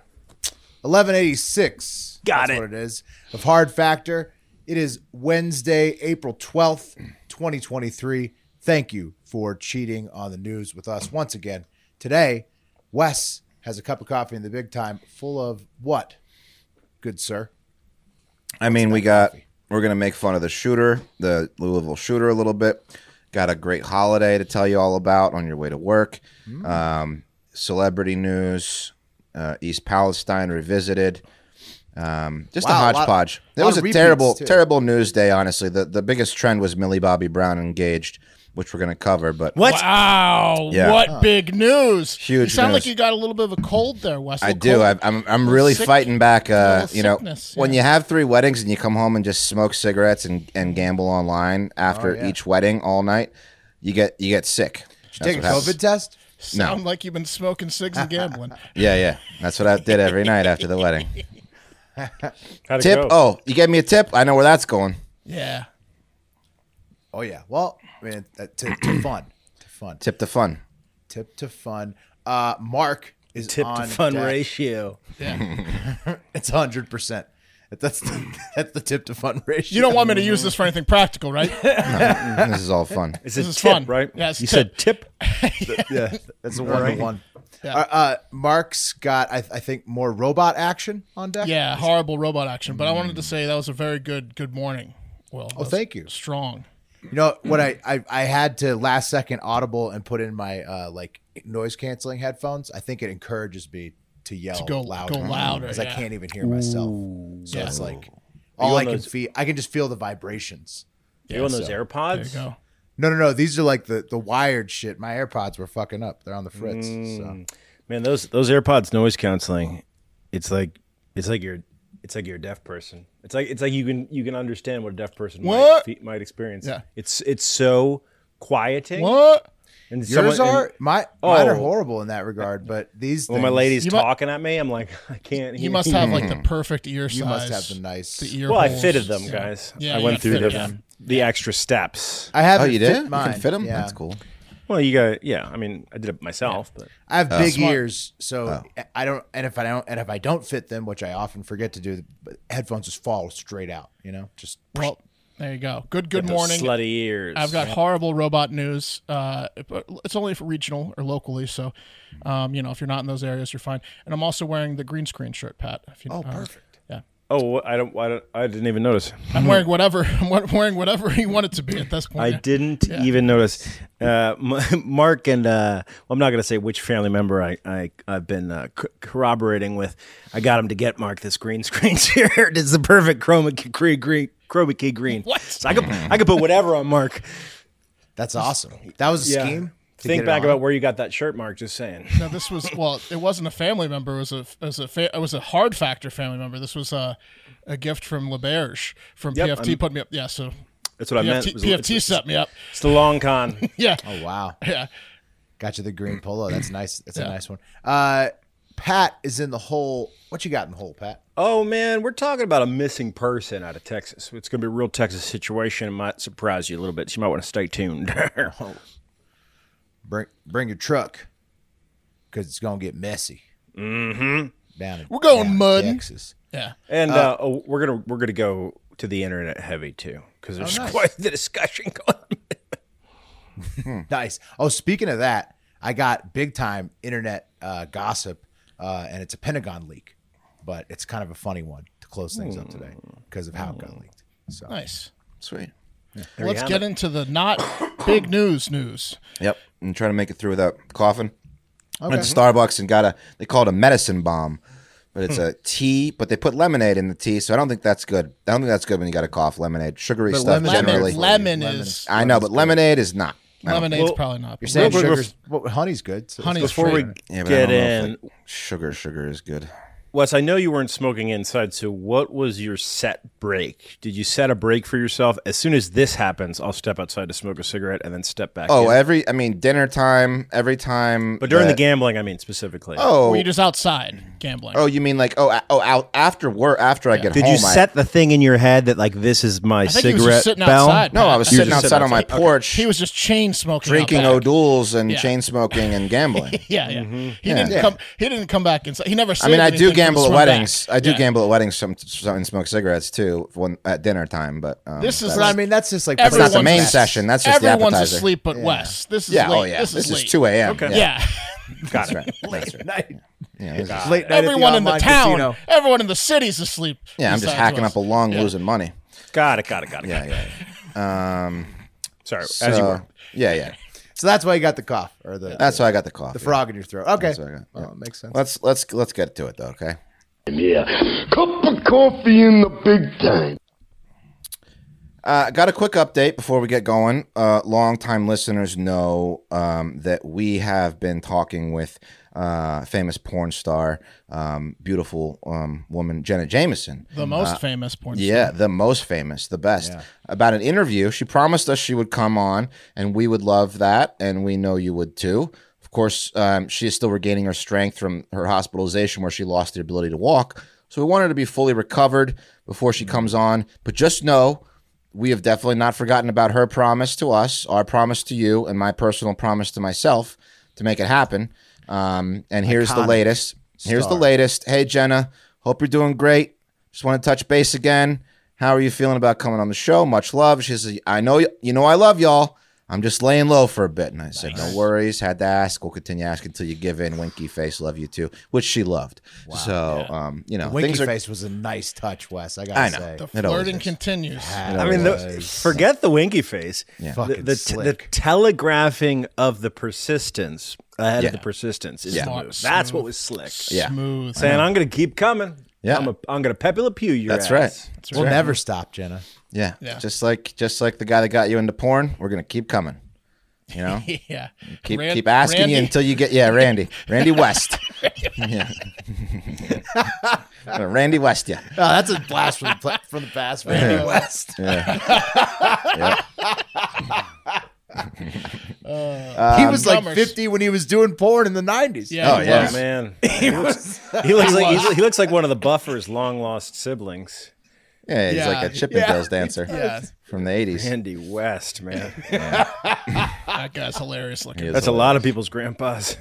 1186. Got That's it. what it is. Of Hard Factor. It is Wednesday, April 12th, 2023. Thank you for cheating on the news with us once again. Today, Wes has a cup of coffee in the big time full of what? Good sir. I mean, we got we're gonna make fun of the shooter, the Louisville shooter, a little bit. Got a great holiday to tell you all about on your way to work. Mm. Um, celebrity news, uh, East Palestine revisited. Um, just Wow, a a lot- hodgepodge. There lot was of a repeats, terrible, too. terrible news day. Honestly, the the biggest trend was Millie Bobby Brown engaged, which we're gonna cover. But What? Wow! Yeah. What big news! You Huge sound news. like you got a little bit of a cold there, Wes. I Little do. cold. I, I'm I'm really sick- fighting back. Uh, little you know, sickness, when yeah. you have three weddings and you come home and just smoke cigarettes and, and gamble online after Oh, yeah. each wedding all night, you get you get sick. That's Take a what happens. COVID test? sound like you've been smoking cigs and gambling. Yeah, yeah. That's what I did every night after the wedding. How'd it Tip. go? Oh, you gave me a tip. I know where that's going. yeah. Oh, yeah. Well, I mean, that- to, to fun. To fun. Tip to fun. Tip to fun. Uh, Mark is tip on to fun deck. ratio. It's hundred percent. That's the, that's the tip to fun ratio. You don't want me to use this for anything practical, right? This is all fun. It's This a is tip, fun. right? Yeah, it's you tip. said tip. yeah, that's a one to one. Yeah. Uh, uh, Mark's got, I, I think, more robot action on deck. yeah, horrible robot action. But I wanted to say that was a very good good morning. Well, oh, thank you. Strong. You know what? I, I I had to last second audible and put in my uh like noise canceling headphones. I think it encourages me to yell go- louder, go louder, because I yeah. can't even hear myself. So Yeah. it's like all I can those- feel. I can just feel the vibrations. you on those so- There you AirPods? go. No, no, no. These are like the the wired shit. My AirPods were fucking up. They're on the fritz. So. Mm. Man, those those AirPods noise counseling. It's like it's like you're it's like you're a deaf person. It's like it's like you can you can understand what a deaf person might, What? fe- might experience. Yeah. It's it's so quieting. What? And Yours someone- are and- my mine are Oh. horrible in that regard, but these when my things, lady's You mu- talking at me, I'm like, I can't. You hear must have like the perfect ear size. you must have the nice. the ear Well, I holes. fitted them, Yeah. guys. Yeah, I you went got through the fitted them. the extra steps. I have. Oh, you fit did? Mine. You can fit them. Yeah. That's cool. Well, you got yeah. I mean, I did it myself, but I have big Smart. ears, so I don't. And if I don't, and if I don't fit them, which I often forget to do, the headphones just fall straight out. You know, just Well, there you go. Good good those morning. slutty ears. I've got horrible robot news. Uh, but it's only for regional or locally, so um, you know if you're not in those areas, you're fine. And I'm also wearing the green screen shirt, Pat. If you, oh, perfect. Yeah, Oh, I don't, I don't. I didn't even notice. I'm wearing whatever. I'm wa- wearing whatever you want it to be at this point. I Yeah. didn't even notice. Uh, M- Mark and uh, well, I'm not going to say which family member I, I I've been uh, c- corroborating with. I got him to get Mark this green screen shirt. It's the perfect chroma key green. green chroma key green. What? So I could I could put whatever on Mark. that's awesome. That was a scheme. to get Think it back on. about where you got that shirt, Mark. Just saying. No, this was well. It wasn't a family member. It was a it was a fa- it was a hard factor family member. This was a a gift from LeBerge from Yep, PFT. I'm- put me up. Yeah, so That's what I meant. PFT, It was- PFT it's, set me up. it's the long con. Yeah, Oh wow, yeah. got you the green polo. That's nice. That's a nice one. Uh, Pat is in the hole. What you got in the hole, Pat? Oh man, we're talking about a missing person out of Texas. It's going to be a real Texas situation. It might surprise you a little bit. So you might want to stay tuned. Bring bring your truck, because it's gonna get messy. Mm-hmm. Down in, We're going down in mudding. Texas. Yeah. and uh, oh, we're gonna we're gonna go to the internet heavy too because there's quite the discussion going. on. Nice. Oh, speaking of that, I got big time internet uh, gossip, uh, and it's a Pentagon leak, but it's kind of a funny one to close things up Hmm. today because of how it got leaked. So Nice. Sweet. Let's get into the not Big news, news. Yep, and trying to make it through without coughing. Went to Starbucks and got a they call it a medicine bomb, but it's a tea. But they put lemonade in the tea, so I don't think that's good. I don't think that's good when you got a cough. Lemonade, sugary But stuff lemonade- generally. Lemon, lemon, is I know, but lemonade is not. I don't- lemonade's Well, probably not. You're saying Well, but sugar's well, honey's good. So Honey is Before we straight. Yeah, but I get don't know if, in, like, sugar, sugar is good. Wes, I know you weren't smoking inside, so what was your set break? Did you set a break for yourself? As soon as this happens, I'll step outside to smoke a cigarette and then step back. Oh, in. every I mean dinner time, every time. but during that- the gambling, I mean specifically. Oh, Were you just outside gambling? oh, you mean like oh, a- oh, out after work after I get Did home? you I- set the thing in your head that like this is my I think he was cigarette just sitting bell? outside. No, Pat. I was think sitting he outside on my outside. porch, He was just chain smoking, out drinking back. O'Douls and Yeah. chain smoking and gambling. Yeah, yeah. He didn't Yeah. come. He didn't come back inside. He never. I mean, saved I do anything for gamble the at swim back. weddings. I do Yeah. gamble at weddings. Some, some and smoke cigarettes too when at dinner time. But um, This is that's- But I mean, that's just like That's that's not the everyone's main best. session. That's just Everyone's the appetizer. asleep but Wes. This is Yeah. late. Oh yeah. This is late. two a.m. Okay. Yeah. got That's it. right. That's right. night. Yeah, this is- Late night Everyone at the in the online town. casino. Everyone in the city's asleep. yeah, I'm just besides hacking Wes. up a long, losing money. Got it. Got it. Got it. Yeah, Got it. yeah, Um, Sorry, So- as you were. yeah, yeah. So that's why you got the cough or the That's why I got the cough. the frog in your throat. Okay, what I got, Well, it makes sense. Let's let's let's get to it though. Okay. Yeah. Cup of coffee in the big time. Uh, got a quick update before we get going. Uh, longtime listeners know um, that we have been talking with uh, famous porn star, um, beautiful um, woman Jenna Jameson. The most famous porn. star. Yeah, the most famous, the best. About an interview, she promised us she would come on, and we would love that, and we know you would too. Of course, um, she is still regaining her strength from her hospitalization, where she lost the ability to walk. So we want her to be fully recovered before she comes on. But just know, we have definitely not forgotten about her promise to us, our promise to you, and my personal promise to myself to make it happen. Um, and here's the latest. Here's the latest. Hey Jenna, hope you're doing great. Just want to touch base again. How are you feeling about coming on the show? Much love. She says, I know y- you know I love y'all. I'm just laying low for a bit. And I said, No worries. Had to ask. We'll continue asking until you give in. Winky face, love you too. Which she loved. so um, you know, Winky things are face was a nice touch, Wes. I gotta I know. say, The It always flirting is. continues. I mean, the, forget the winky face. The, Fucking the, t- the slick. telegraphing of the persistence ahead Yeah. of the persistence is Yeah. smooth. Smart, That's smooth. what was slick. yeah. Smooth. Saying I'm gonna keep coming. Yeah. I'm, a, I'm gonna pepe le pew your That's right. ass. we'll never stop, Jenna. Yeah. Yeah. Just like just like the guy that got you into porn, we're gonna keep coming. You know? yeah. Keep Ran- keep asking you Randy- until you get yeah, Randy. Randy West. yeah. Randy West, yeah. Oh, that's a blast from the, pla- from the past, Randy West. he was like Drummers. 50 when he was doing porn in the 90s. Uh, Yeah. Oh, he yeah. Oh, was. man, he looks, he looks like he, he looks like one of the Buffer's long lost siblings, Yeah, he's Yeah. like a Chippendales dancer Yeah. from the eighties. Andy West. Man, That Ah, guy's hilarious looking. that's a lot of people's grandpas.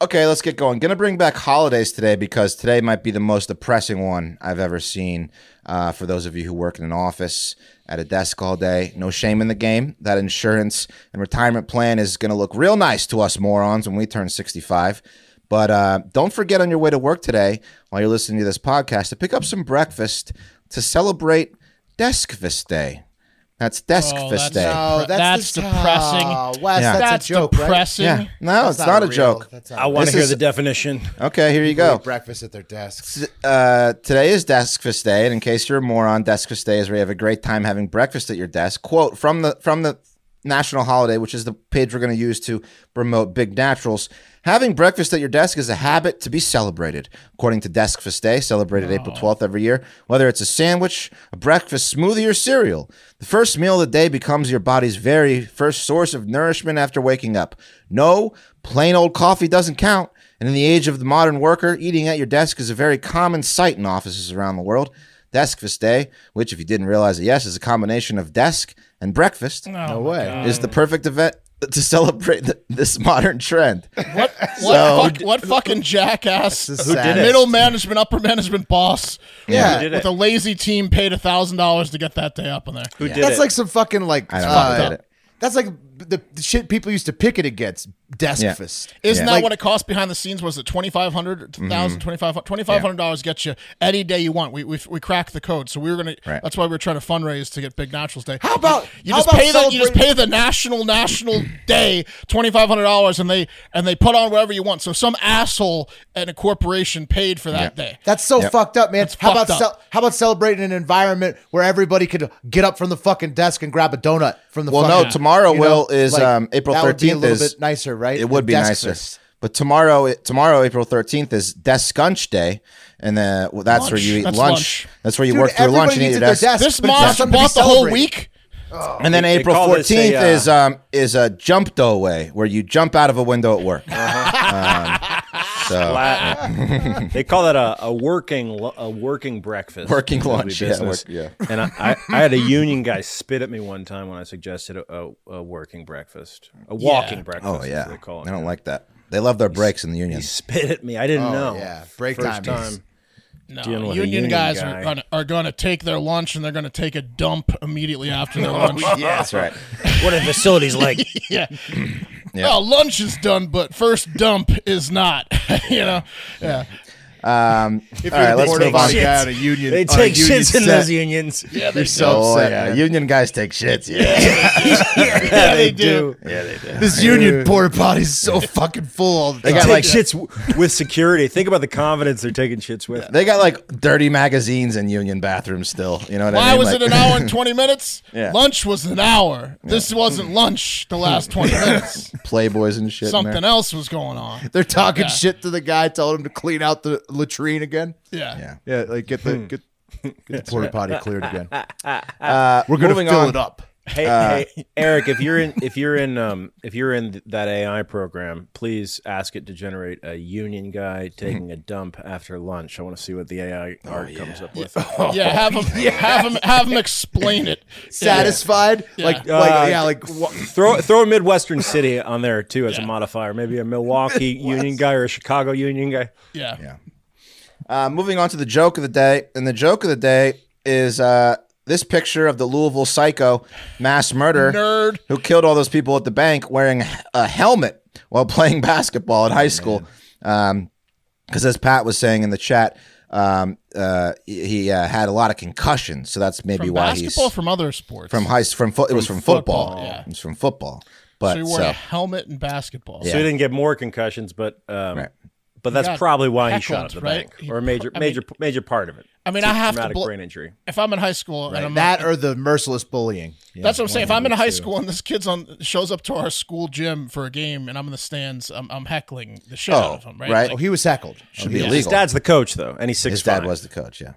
Okay, let's get going. Gonna bring back holidays today because today might be the most depressing one I've ever seen. Uh, for those of you who work in an office at a desk all day, no shame in the game. That insurance and retirement plan is gonna look real nice to us morons when we turn 65. But uh, don't forget on your way to work today, while you're listening to this podcast, to pick up some breakfast to celebrate Deskfest Day. That's Deskfest that's- Day. Oh, Depre- that's that's, the- depressing. Oh, Wes, Yeah. that's, That's a joke, right? depressing. yeah, no, it's not, a, real- joke. That's I not want This to hear is- the definition. Okay, here you real. go. breakfast at their desks. uh, today is Deskfest Day, and in case you're a moron, Deskfest Day is where you have a great time having breakfast at your desk. Quote from the from the national holiday, which is the page we're going to use to promote Big Naturals. Having breakfast at your desk is a habit to be celebrated, according to Deskfest Day, celebrated April 12th every year. Whether it's a sandwich, a breakfast smoothie, or cereal, the first meal of the day becomes your body's very first source of nourishment after waking up. No, plain old coffee doesn't count. And in the age of the modern worker, eating at your desk is a very common sight in offices around the world. Deskfest Day, which, if you didn't realize it, yes, is a combination of desk and breakfast, Oh No way. is the perfect event to celebrate th- this modern trend. What, what, fuck, what fucking jackass? This is sad. Middle management, upper management boss. Yeah. Who did With it? a lazy team paid a thousand dollars to get that day up in there. Who did That's it? like some fucking like I don't uh, know. who did it. That's like the, the shit people used to picket against. Desk Yeah. fist. Isn't Yeah. that Like- Mm-hmm. what it cost behind the scenes? Was it twenty five hundred, thousand, twenty five, twenty five hundred dollars gets you any day you want. We we we cracked the code, so we were gonna. Right. That's why we were trying to fundraise to get Big Naturals Day. How about- you, how just about pay the you just celebrate- pay the national national day twenty five hundred dollars, and they and they put on whatever you want. So some asshole at a corporation paid for that day. That's so fucked up, man. how fucked about up. how about celebrating an environment where everybody could get up from the fucking desk and grab a donut from the Well, fucking, no, tomorrow you will know, is like, um, April that would be a thirteenth. little Is bit nicer, right? It would The be desk nicer. fist. But tomorrow, tomorrow, April thirteenth is Desk Scunch Day, and then well, that's where you Lunch. eat That's lunch. lunch. That's where you Dude, work through everybody lunch and eat needs your it at desk. their desk. This But it's not monster something to bought the whole celebrate. week. and then They- they April call this a, fourteenth uh, is um is a jump way where you jump out of a window at work. Uh-huh. Um, so La- they call that a, a working lu- a working breakfast, Working It's a lunch, yeah, business. work- And I, I, I had a union guy spit at me one time when I suggested a, a, a working breakfast, a walking breakfast. oh yeah, as they call it. I don't like that. They love their breaks in the union. He spit at me. I didn't know. yeah. Break First time is- time. No, Dealing with a union, union guys guy. are gonna, are going to take their lunch and they're going to take a dump immediately after their lunch. Yeah, that's right. What are facilities like? yeah. Well, lunch is done, but first dump is not. you know, yeah, Um, If all you're right, the let's porta move on. potty guy at a union, They on a take union shits in set, those unions. Yeah, You're so Oh, upset, yeah, man. union guys take shits. Yeah, they, do. This union porta potty is so fucking full all the time. they got Take like shits w- with security. Think about the confidence they're taking shits with. They got like dirty magazines in union bathrooms still. You know what I why mean? was Like- it an hour and twenty minutes? Yeah. Lunch was an hour. This wasn't lunch. The last twenty minutes, Playboys and shit. in there. something else was going on. They're talking Yeah. shit to the guy, telling him to clean out the latrine again. Yeah, Yeah. Yeah, like get Hmm. the get, get the porta potty cleared again. Uh, We're gonna moving fill on. it up. Hey, Uh, hey, Eric, if you're in if you're in um if you're in th- that AI program, please ask it to generate a union guy taking a dump after lunch. I want to see what the AI Oh, art comes up with. yeah. Have them, have them, have them explain it. Satisfied? Like, Uh, like yeah, like wha- throw throw a Midwestern city on there too as a modifier. Maybe a Milwaukee union guy or a Chicago union guy. Yeah, yeah. Yeah. Uh, moving on to the joke of the day, and the joke of the day is uh, this picture of the Louisville psycho mass murderer Nerd. who killed all those people at the bank wearing a helmet while playing basketball in high school. Um, because as Pat was saying in the chat, um, uh, he he, uh, had a lot of concussions, so that's maybe From why basketball, he's from other sports. from high from fo- it was from football. football, yeah. It was from football, but so you wore a helmet and basketball. So he didn't get more concussions, but um, Right. but that's got probably why he shot heckled, at the right? bank or a major major major part of it. I mean, I have to. Traumatic bel- brain injury. if I'm in high school and I'm that or the merciless bullying. That's what I'm saying. If I'm in high school and this kid's on shows up to our school gym for a game and I'm in the stands, I'm, I'm heckling the shit out of him, right? right. Oh, Like, he was heckled. should Oh, be he- illegal. His dad's the coach though, and he's six. His dad was the coach. Yeah.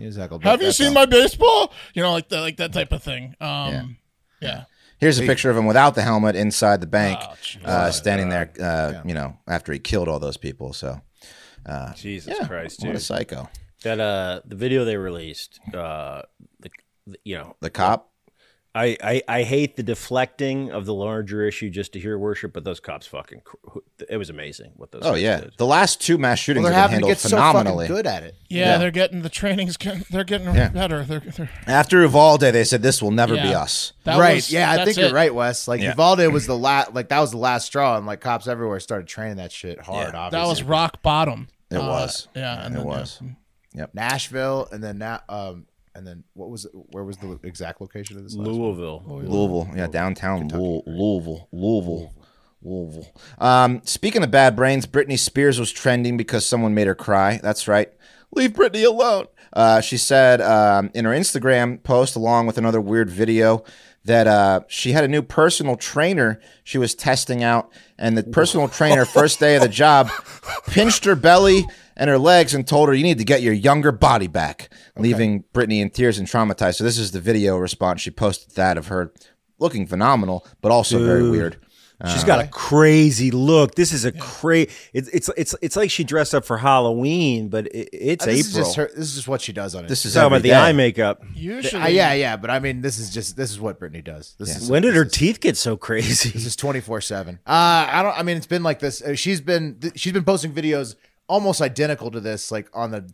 He was heckled. have but you that's seen all. my baseball? You know, like the, like that type of thing. Um, yeah. Here's a picture of him without the helmet inside the bank, Oh, uh, standing there. Uh, You know, after he killed all those people. So Jesus Christ, what dude. a psycho. that uh the video they released uh the, the- you know The cop. I, I i hate the deflecting of the larger issue just to hear worship but those cops fucking cr- it was amazing what those Oh cops yeah, did. the last two mass shootings They're have been having to handled get so fucking phenomenally. good at it. Yeah, they're getting the trainings. Getting, they're getting better. They're, they're, After Uvalde, they said this will never be Yeah. us. that right? was- yeah, I that's think you're it. right, Wes. Like Yeah. Uvalde was the last, like that was the last straw, and like cops everywhere started training that shit hard. obviously, That was rock bottom. It was. uh, Yeah, and it then, yeah. was. Nashville, and then now, um, and then what was it? Where was the exact location of this? last Oh, louisville Louisville. Yeah, downtown Lou- Louisville. Louisville. Louisville. Um, speaking of bad brains, Britney Spears was trending because someone made her cry. That's right. Leave Britney alone. Uh, she said um, in her Instagram post, along with another weird video, that uh, she had a new personal trainer she was testing out. And the personal trainer, first day of the job, pinched her belly and her legs and told her, You need to get your younger body back, leaving Britney in tears and traumatized. So, this is the video response. She posted that of her looking phenomenal, but also very weird. she's got a crazy look this is a crazy it's, it's it's it's like she dressed up for halloween but it, it's Uh, This is april just her. This is just what she does on it. This is talking about every the day. eye makeup Usually, Uh, yeah, yeah, but I mean, this is just this is what Britney does. This is when did her this is- teeth get so crazy This is twenty four seven. Uh, I don't. I mean, it's been like this. Uh, She's been th- she's been posting videos almost identical to this, like on the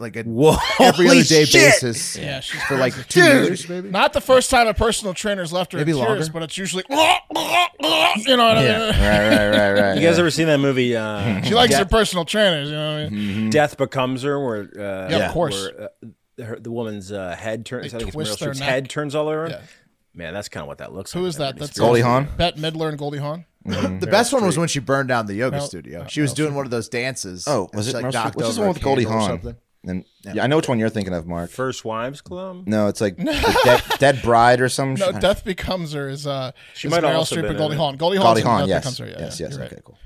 like a Whoa, every holy other day shit. basis Yeah, she's for like two years, maybe. Not the first time a personal trainer's left her Maybe in tears, longer. but it's usually you know what I mean. Right, right, right, right. You guys ever seen that movie? Uh, She likes her personal trainers, you know what I mean? Death Becomes Her, where uh, Mm. Yeah, of course. where, uh, her, the woman's uh, head turns. They I think it's twist Meryl their Streep's neck. head turns all around. Yeah. Man, that's kind of what that looks like. Who is that? That's Goldie Hawn? Bette Midler and Goldie Hawn. The best one was when she burned down the yoga No, studio. she was doing one of those dances. Oh, and was she, it like, Meryl Streep? knocked What's this over one a with Goldie candle or Hawn? something? And yeah, I know which one you're thinking of, Mark. First Wives Mm. Club. No, it's like the dead, dead bride or some No, shit. Death Becomes Her is uh she is might Meryl also Streep been and in Goldie it. Hawn. Goldie Hawn's Goldie in Hawn, Death yes. Becomes Her. Yeah, yes, yeah, yes. you're right. Okay, cool.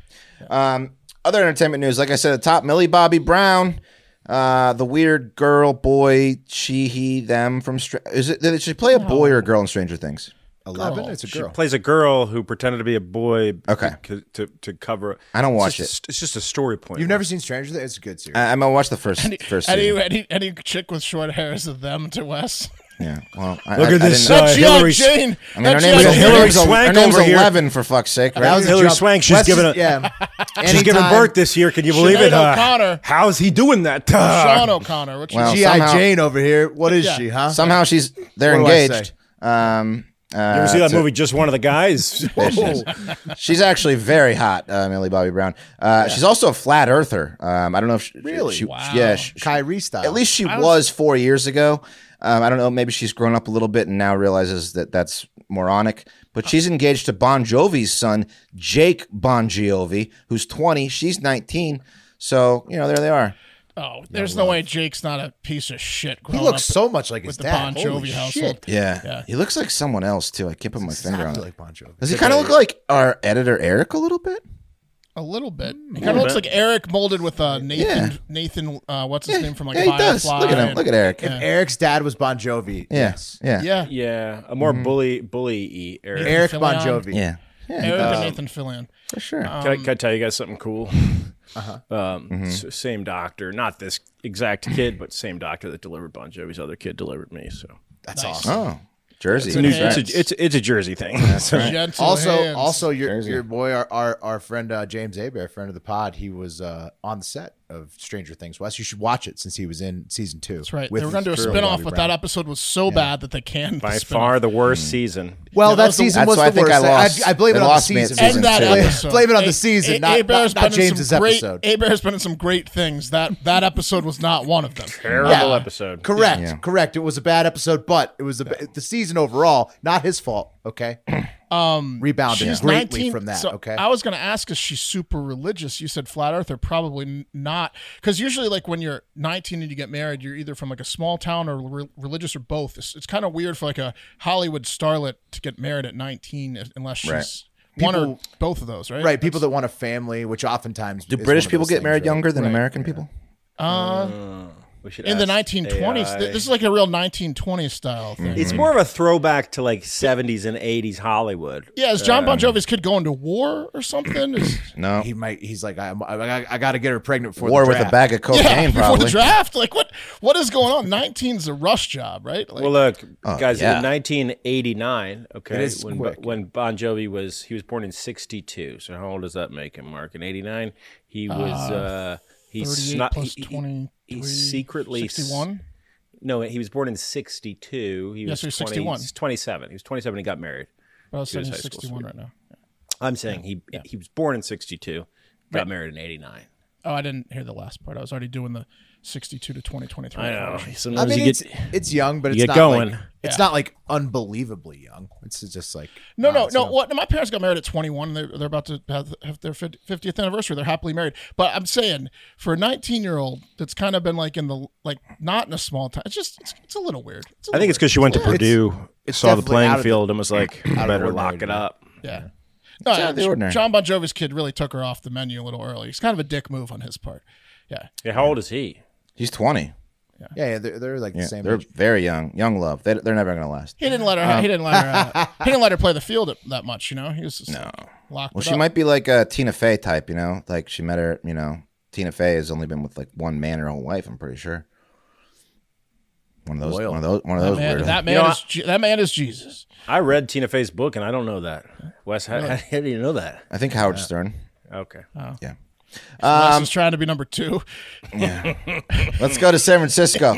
Um, other entertainment news, like I said at the top, Millie Bobby Brown, uh, the weird girl, boy, she, he, them from. Str- Is it? Did she play a boy or a girl in Stranger Things? Eleven. It's a girl. Plays a girl who pretended to be a boy. Okay. To to, to cover. I don't It's watch just a st- It's just a story point. You've never seen Stranger Things? It's a good series. I, I'm gonna watch the first first Any, season. any any chick with short hair is a them to Wes. Yeah. Well, I, Look I, at I this didn't- Uh, That's G.I. Hillary's- Jane. I mean, her That's G.I. name's, her Jane. Hillary name's, Swank her name's over here. Eleven for fuck's sake, right? That was a Hillary jump. Swank, she's Wes giving is- a- yeah. She's giving Anytime birth this year. Can you believe it? Uh, Sinead O'Connor. how's he doing that? Sean O'Connor, which Wow. is GI Somehow- Jane over here. What is Yeah. she? Huh? Somehow she's they're What do I engaged. Um, uh, you ever see that to- movie? Just one of the guys. Whoa. She's actually very hot, uh, Millie Bobby Brown. Uh, She's also a flat earther. Um, I don't know if she, Really? She, Wow. Yeah, she- she- Kyrie style. at least she was, four years ago. Um, I don't know. Maybe she's grown up a little bit and now realizes that that's moronic. But she's engaged to Bon Jovi's son, Jake Bon Jovi, who's twenty. She's nineteen. So you know, there they are. oh, there's no, way Jake's not a piece of shit. he growing looks up so much like with his the dad. Bon Holy Jovi household. shit. Yeah. he looks like someone else too. I can't put my finger on Exactly it. like Bon Jovi. Does he kind of look like our editor Eric a little bit? A little bit. Mm. He kind of looks like Eric molded with uh, Nathan. Nathan, uh, what's his name from like yeah, he does. Firefly? Look at him. and- Look at Eric. Yeah. Eric's dad was Bon Jovi. Yes. Yeah. Yeah, yeah, a Mm-hmm. more bully bully Eric. Eric Bon Fillion. Jovi. Yeah. Yeah, Eric and Nathan Fillion. for sure. Can, I, Um, can I tell you guys something cool? Uh-huh. Um, s- same doctor, not this exact kid, but same doctor that delivered Bon Jovi's other kid delivered me. So That's awesome. oh, Jersey. That's it's a, it's, it's a Jersey thing. So- Gentle Also, hands. also your your boy, our our, our friend uh, James Abear, friend of the pod, he was uh, on the set of Stranger Things. Wes, you should watch it since he was in season two. That's right. with they were going to do a Drew and spin-off, Bobby but Brown. that episode was so bad that they canned by the far spin-off. the worst season. Well, Yeah, that, that was the- season That's was why the I think I worst. lost- I, blame they it on the lost me at season. season End that two. episode. Blame it on the A- season, A- not- Abear's not- not been in some James's great- episode. Abear's been in some great things. That that episode was not one of them. Terrible episode. Correct, Yeah. correct. It was a bad episode, but it was a, ba- the season overall, not his fault. Okay, um, rebounded She's greatly 19, from that. so okay, I was going to ask, is she super religious? You said flat earther, probably n- not, because usually, like when you're 19 and you get married, you're either from like a small town or re- religious or both. It's, it's kind of weird for like a Hollywood starlet to get married at 19 unless she's Right. one or People- both of those, right? right. People that want a family, which oftentimes Do British people get married younger than American people? We should in the ask 1920s. AI. Th- This is like a real 1920s style thing. it's more of a throwback to like 70s and 80s Hollywood. Yeah, is John Bon Jovi's kid going to war or something? Is, No. He might. He's like, I, I, I got to get her pregnant for War the with a draft. bag of cocaine, yeah, before the probably. draft, like what what is going on? 19's a rush job, right? Like, Well, look, guys, yeah. in 1989, okay, Oh, is when, quick. when Bon Jovi was, he was born in 62. So how old does that make him, Mark? In 89, he was, uh, he 38 snuck, plus he, he- 23, he secretly, s- 61. No, he was born in 62. He Yes, was he was 61. 27. He was 27 and got married. But I was He was saying high school 61 right now. I'm saying he he was born in 62, got married in 89. Oh, I didn't hear the last part. I was already doing the 62 to 2023. I know. I Sometimes mean, you it's, get it's young, but it's get not going. Like, it's Yeah. not like unbelievably young. It's just like No, no, it's no. not- What? My parents got married at 21. They're, they're about to have, have their 50 50th anniversary. They're happily married. But I'm saying for a 19 year old that's kind of been like in the, like not in a small town, it's just, it's, it's a little weird. It's a I think little it's because she went to Purdue, it's saw the definitely out playing of the- field, and was like, better lock it up. weird. Yeah. No, out of the J- ordinary. John Bon Jovi's kid really took her off the menu a little early. It's kind of a dick move on his part. Yeah. Yeah, how old is he? He's 20. yeah, yeah they're, they're like Yeah, the same. they're age. very young. Young love. They, they're never going to last. He didn't let her, he didn't let her, uh, he didn't let her play the field that much, you know? He was just no. locked Well, it she up. might be like a Tina Fey type, you know? Like she met her, you know? Tina Fey has only been with like one man her whole life, I'm pretty sure. One of those, one of those, one of those Man, weirdos. that man is Je- that man is Jesus. I read Tina Fey's book, and I don't know that. Wes, how, how, how do you know that? I think Howard Stern. Okay. Yeah. Um, is trying to be number two. Let's go to San Francisco.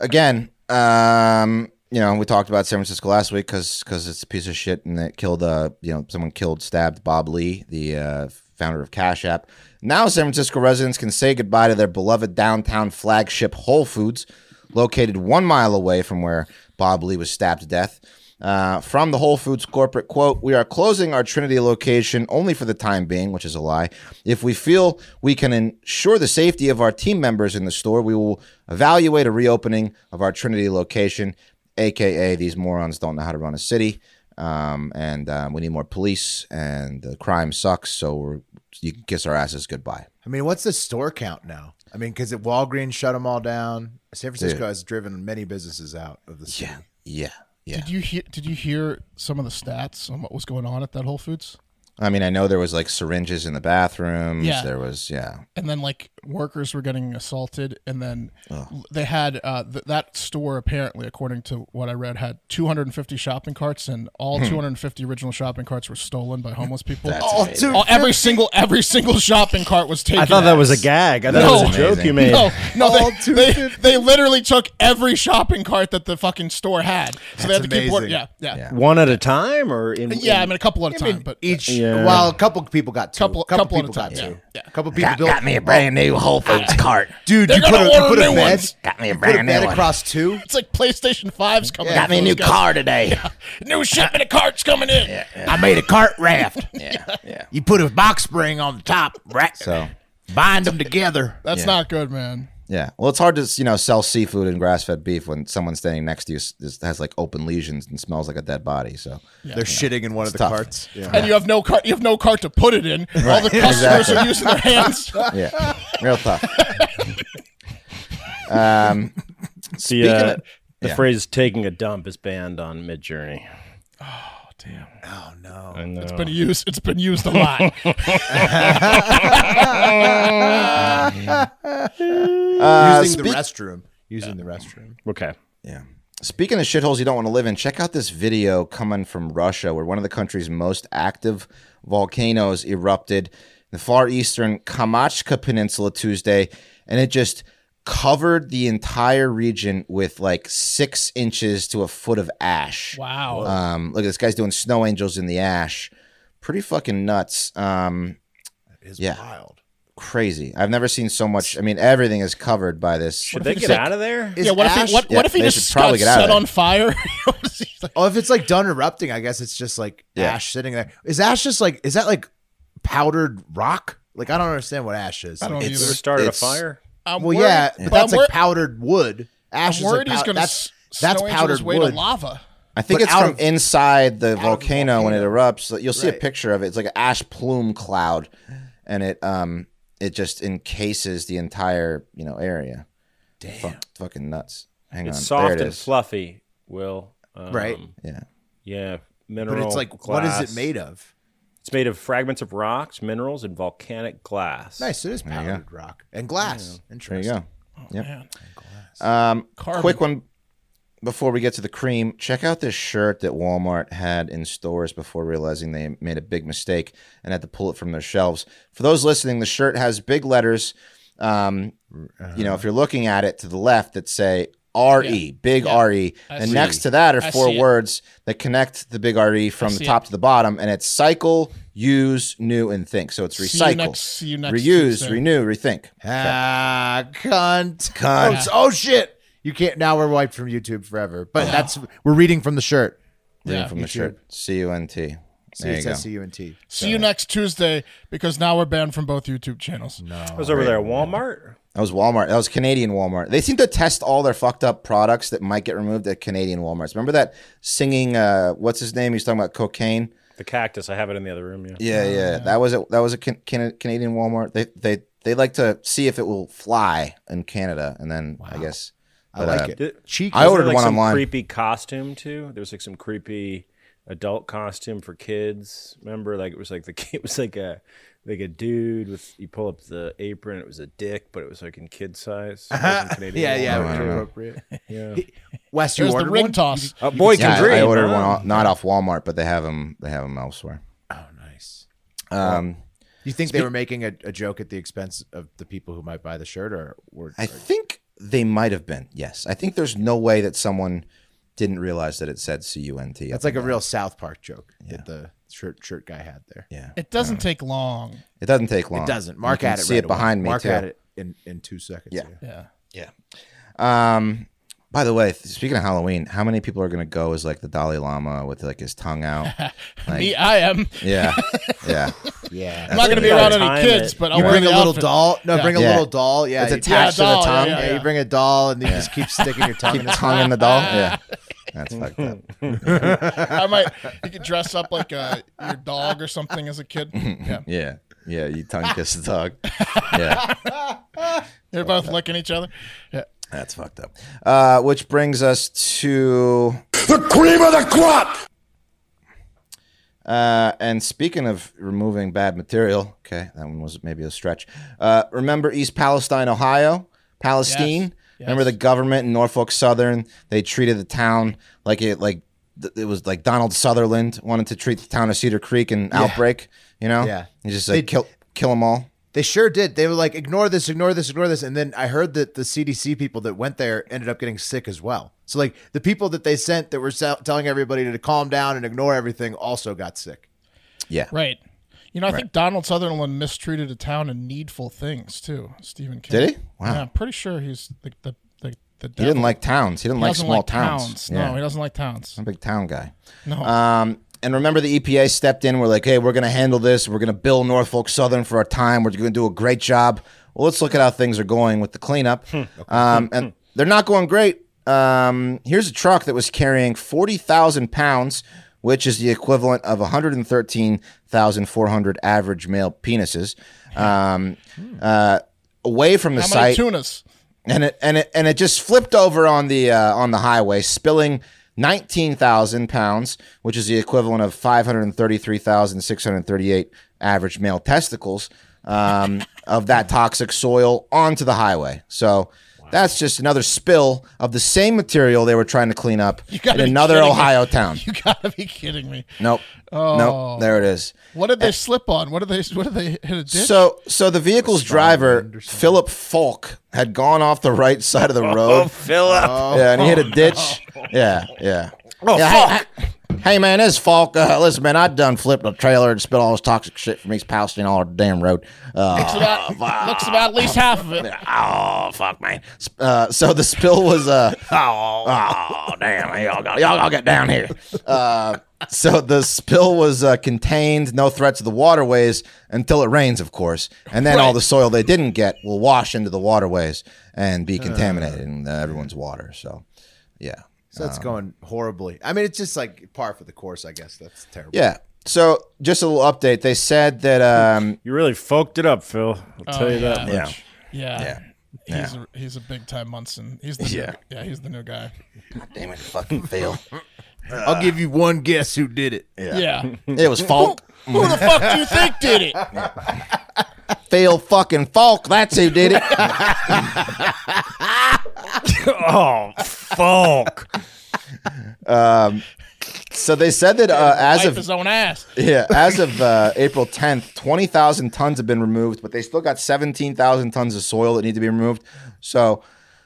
Again, um, you know, we talked about San Francisco last week because it's a piece of shit and it killed, uh, you know, someone killed, stabbed Bob Lee, the uh, founder of Cash App. Now, San Francisco residents can say goodbye to their beloved downtown flagship Whole Foods, located one mile away from where Bob Lee was stabbed to death. Uh, from the Whole Foods corporate quote, we are closing our Trinity location only for the time being, which is a lie. If we feel we can ensure the safety of our team members in the store, we will evaluate a reopening of our Trinity location, aka these morons don't know how to run a city. Um, and um, we need more police, and the crime sucks, so we're, you can kiss our asses goodbye. I mean, what's the store count now? I mean, because Walgreens shut them all down. San Francisco has driven many businesses out of the city. Yeah. Yeah. Did you hear? Did you hear some of the stats on what was going on at that Whole Foods? I mean, I know there was like syringes in the bathrooms. Yeah. There was, yeah. and then like workers were getting assaulted and then they had uh, th- that store apparently according to what i read had 250 shopping carts and all 250 original shopping carts were stolen by homeless people That's amazing. All- every single every single shopping cart was taken I thought that was a gag. I thought No. it was a joke you made. no, no, All they, they, they literally took every shopping cart that the fucking store had. So they had to keep order. Yeah, amazing. yeah, yeah. One at a time, or in, I mean, a couple at a time, but Each, Yeah. well, a couple people got two. Couple- couple at a people got time, two. yeah. Yeah. A couple people built. me a brand new Whole Foods cart. Dude, They're you put gonna a, you order put a new bed. ones. Got me a you put a bed across two. it's like PlayStation 5's coming. in for those guys. today. New shipment of carts coming in. I made a cart raft. Yeah, yeah. You put a box spring on the top. Right. So, Bind them together. That's not good, man. yeah. Well, it's hard to you know sell seafood and grass fed beef when someone standing next to you s- is- has like open lesions and smells like a dead body. So, They're shitting in one of the tough. carts. Yeah. and you have no cart. You have no cart to put it in. All the customers are using their hands. yeah, real tough. the, uh, of- the phrase "taking a dump" is banned on Midjourney. Oh damn! Oh no! It's been used. It's been used a lot. using the restroom. Using the restroom. okay. Yeah. Speaking of shitholes you don't want to live in, check out this video coming from Russia, where one of the country's most active volcanoes erupted in the far eastern Kamchatka Peninsula Tuesday, and it just covered the entire region with like six inches to a foot of ash. Wow. Um, look, this guy's doing snow angels in the ash. Pretty fucking nuts. Um, It's Yeah. wild. crazy. I've never seen so much. I mean, everything is covered by this. Should they get out of there? Is yeah. What if ash- he? What, what Yeah, if he they just should probably got get out of set there. on fire? Oh, if it's like done erupting, I guess it's just like Yeah. ash sitting there. Is ash just like is that like powdered rock? Like I don't understand what ash is. I don't It's- either. started a um, it's- fire. I'm well, worried- yeah, but that's I'm like wor- powdered wood. Ash I'm is like worried he's pow- gonna. that's That's, that's powdered way wood. To lava. I think But it's out from of- inside the volcano, when it erupts. Like, You'll see a Right. picture of it. It's like an ash plume cloud, and it um it just encases the entire you know area. Damn, fucking nuts. Hang It's on, soft there it and is. fluffy. Will um, Right. Yeah, Yeah, But mineral. it's like what is glass. it made of? It's made of fragments of rocks, minerals, and volcanic glass. Nice, it is you go. powdered rock and glass. there you Interesting. go. Yep. man. Um, Carbon. quick one before we get to the cream. Check out this shirt that Walmart had in stores before realizing they made a big mistake and had to pull it from their shelves. For those listening, the shirt has big letters. Um, you know, if you're looking at it to the left, that say RE, big RE, and see. next to that are I four see it. words that connect the big RE from the see top to the bottom, and it's cycle, use, new, and think. So it's See recycle, you next. See you next. reuse, Tuesday. renew, rethink. Ah, cunt, cunt. Oh, shit! You can't. Now we're wiped from YouTube forever. But that's we're reading from the shirt. Reading Yeah, from the shirt, C U N T. C There you S go. S U N T. See you next Tuesday because now we're banned from both YouTube channels. No. I was over there at Walmart. That was Walmart. That was Canadian Walmart. They seem to test all their fucked up products that might get removed at Canadian Walmarts. Remember that singing? Uh, what's his name? He's talking about cocaine. The cactus. I have it in the other room. Yeah. Yeah, yeah. That was a, that was a can, can, Canadian Walmart. They they they like to see if it will fly in Canada, and then I guess uh, I like it. Did- Cheeky. I Wasn't ordered there, like, one some online. Creepy costume too. There was like some creepy adult costume for kids. Remember, like it was like the kid- it was like a like a dude with you pull up the apron. It was a dick, but it was like in kid size. It wasn't Canadian Yeah, yeah. Walmart. which are appropriate. Yeah. Wes, you There's the ordered ring one? toss. A Oh, boy Yeah, can I- dream. I ordered huh? one off- not off Walmart, but they have them they have them elsewhere. Oh, nice. Um, Oh, You think they were making a, a joke at the expense of the people who might buy the shirt, or were I think they might have been. Yes, I think there's no way that someone didn't realize that it said C U N T. that's like a real South Park joke that the shirt shirt guy had there? yeah. It doesn't take long. It doesn't take long. It doesn't. Mark you can at it. See right it behind away. me Mark too. at it in in two seconds. Yeah. Yeah. Um, by the way, speaking of Halloween, how many people are going to go as like the Dalai Lama with like his tongue out? Like, Me, I am. yeah, yeah. yeah. I'm not going to be gotta around any time kids, it. but I'll You wear bring a Oh, the little outfit. doll. No, Yeah. bring a Yeah. little doll. Yeah, It's you- attached Yeah, to doll, the tongue. yeah, Yeah, you bring a doll, and you just keep sticking your tongue in it. Tongue in the doll. Yeah, that's fucked up. I might. You could dress up like a, your dog or something as a kid. Yeah. Yeah, yeah. You tongue kiss the dog. Yeah, They're both licking each other. Yeah. that's fucked up. Uh, which brings us to The cream of the crop! Uh, and speaking of removing bad material, okay, that one was maybe a stretch. Uh, remember East Palestine, Ohio, Palestine. Yes, Remember the government in Norfolk Southern? They treated the town like it like th- it was like Donald Sutherland wanted to treat the town of Cedar Creek in outbreak. You know, Yeah. he just They- like kill kill them all. They sure did. They were like, ignore this, ignore this, ignore this. And then I heard that the CDC people that went there ended up getting sick as well. So, like, the people that they sent that were sell- telling everybody to calm down and ignore everything also got sick. Yeah, Right. You know, I think Donald Sutherland mistreated a town in needful things too. Stephen King. Did he? Wow. Yeah, I'm pretty sure he's the the the, the he didn't like towns. He didn't like small towns. Yeah, No, he doesn't like towns. I'm a big town guy. No. Um, and remember, the EPA stepped in. We're like, hey, we're going to handle this. We're going to bill Norfolk Southern for our time. We're going to do a great job. Well, let's look at how things are going with the cleanup. Hmm. um, and they're not going great. Um, here's a truck that was carrying 40,000 pounds, which is the equivalent of 113,400 average male penises, um, uh, away from the Hmm. How many site tunas? and it and it and it just flipped over on the uh, on the highway, spilling nineteen thousand pounds, which is the equivalent of five hundred thirty three thousand six hundred thirty eight average male testicles um, of that toxic soil onto the highway. So. That's just another spill of the same material they were trying to clean up in gotta be another kidding me. Ohio town. You gotta be kidding me. Nope. Oh. Nope. There it is. What did they slip on? What did they? What did they hit a ditch? So, so the vehicle's driver, Philip Falk, had gone off the right side of the Oh, road. Philip. Yeah, and he hit a ditch. Yeah, yeah. Yeah, hey, hey- hey, man, this is Falk. Uh, listen, man, I done flipped a trailer and spilled all this toxic shit from East Palestine all over the damn road. Uh, looks, about, looks about at least half of it. oh, fuck, man. Sp- Uh, so the spill was. Uh, oh, damn. Y'all got, y'all got get down here. Uh, so the spill was uh, contained, no threat to the waterways until it rains, of course. And then all the soil they didn't get will wash into the waterways and be contaminated in uh, everyone's water. So, yeah. So, that's going horribly. I mean, it's just like par for the course, I guess. That's terrible. Yeah. So just a little update. They said that um, You really folked it up, Phil. I'll tell Oh, you that yeah. much. Oh, Yeah. Yeah. He's a, he's a big time Munson. He's the Yeah. New, yeah he's the new guy. Damn it, fucking fail. I'll give you one guess who did it. Yeah. It was Falk. Who the fuck do you think did it? Phil fucking Falk. That's who did it. Oh, folk. So they said that uh, as Wipe of his own ass. yeah, as of uh, April 10th, 20,000 tons have been removed, but they still got 17,000 tons of soil that need to be removed. So,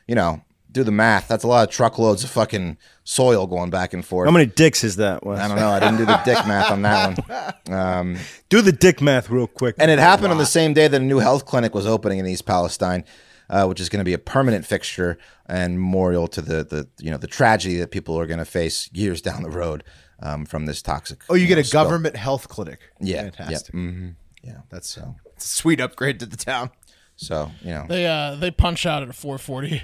you know, do the math. That's a lot of truckloads of fucking soil going back and forth. How many dicks is that? Wes? I don't know. I didn't do the dick math on that one. Do the dick math real quick. And it happened on the same day that a new health clinic was opening in East Palestine, uh, which is going to be a permanent fixture and memorial to the the you know the tragedy that people are going to face years down the road um, from this toxic. Oh, you get know, a spill. government health clinic. Yeah, Fantastic. Yeah, mhm, yeah. That's so. It's a sweet upgrade to the town. So you know, They uh they punch out at a 440.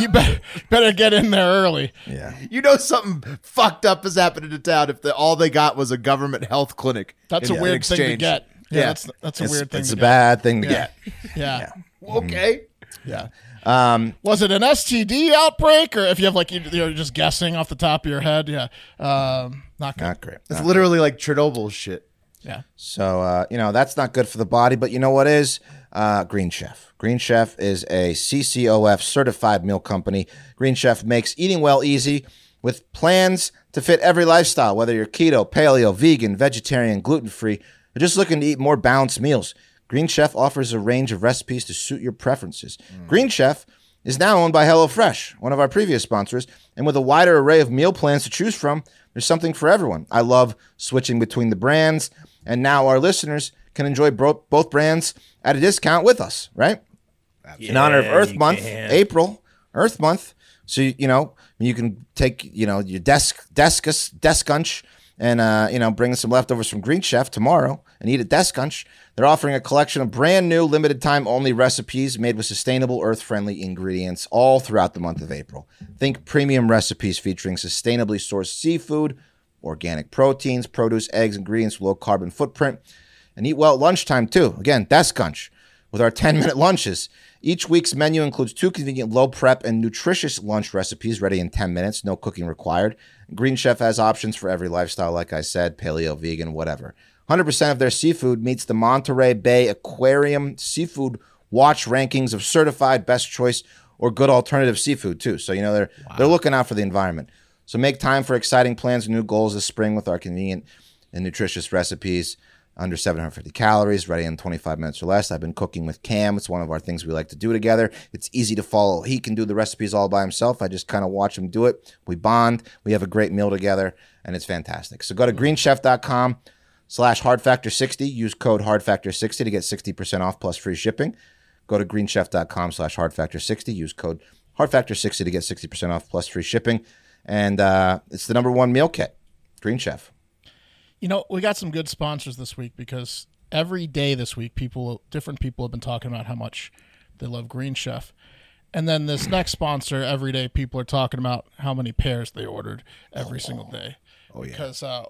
you better better get in there early. yeah. You know something fucked up is happening to town if the, all they got was a government health clinic. That's in- a in weird thing to exchange. get. Yeah, Yeah. that's that's a It's, weird thing. it's to a get. bad thing to get. Yeah. Okay. Yeah. Um, was it an STD outbreak, or if you have like you- you're just guessing off the top of your head? Yeah, um, not good. Not great. It's literally like Chernobyl shit. yeah, So uh, you know that's not good for the body, but you know what is? Uh, Green Chef. Green Chef is a CCOF certified meal company. Green Chef makes eating well easy with plans to fit every lifestyle, whether you're keto, paleo, vegan, vegetarian, gluten free, They're just looking to eat more balanced meals. Green Chef offers a range of recipes to suit your preferences. Green Chef is now owned by HelloFresh, one of our previous sponsors, and with a wider array of meal plans to choose from, there's something for everyone. I love switching between the brands, and now our listeners can enjoy bro- both brands at a discount with us, right? in honor of Earth Month, April, Earth Month. So you, you know you can take you know your desk deskus deskunch and uh, you know bring some leftovers from Green Chef tomorrow and eat a deskunch. They're offering a collection of brand new, limited time only recipes made with sustainable, earth friendly ingredients all throughout the month of April. Think premium recipes featuring sustainably sourced seafood, organic proteins, produce, eggs, ingredients, with low carbon footprint, and eat well at lunchtime too. Again, deskunch with our 10 minute lunches. Each week's menu includes two convenient low prep and nutritious lunch recipes ready in 10 minutes, no cooking required. Green Chef has options for every lifestyle, like I said paleo, vegan, whatever. 100% of their seafood meets the Monterey Bay Aquarium Seafood Watch rankings of certified best choice or good alternative seafood, too. So, you know, they're, they're looking out for the environment. So, make time for exciting plans and new goals this spring with our convenient and nutritious recipes under 750 calories, ready in 25 minutes or less. I've been cooking with Cam. It's one of our things we like to do together. It's easy to follow. He can do the recipes all by himself. I just kind of watch him do it. We bond. We have a great meal together, and it's fantastic. So go to greenchef.com slash hardfactor60. Use code hardfactor60 to get 60% off plus free shipping. Go to greenchef.com slash hardfactor60. Use code hardfactor60 to get 60% off plus free shipping. And uh, it's the number one meal kit, Green Chef. You know, we got some good sponsors this week because every day this week, people, different people have been talking about how much they love Green Chef. And then this next sponsor, every day, people are talking about how many pairs they ordered every single day. Oh, yeah. Because uh,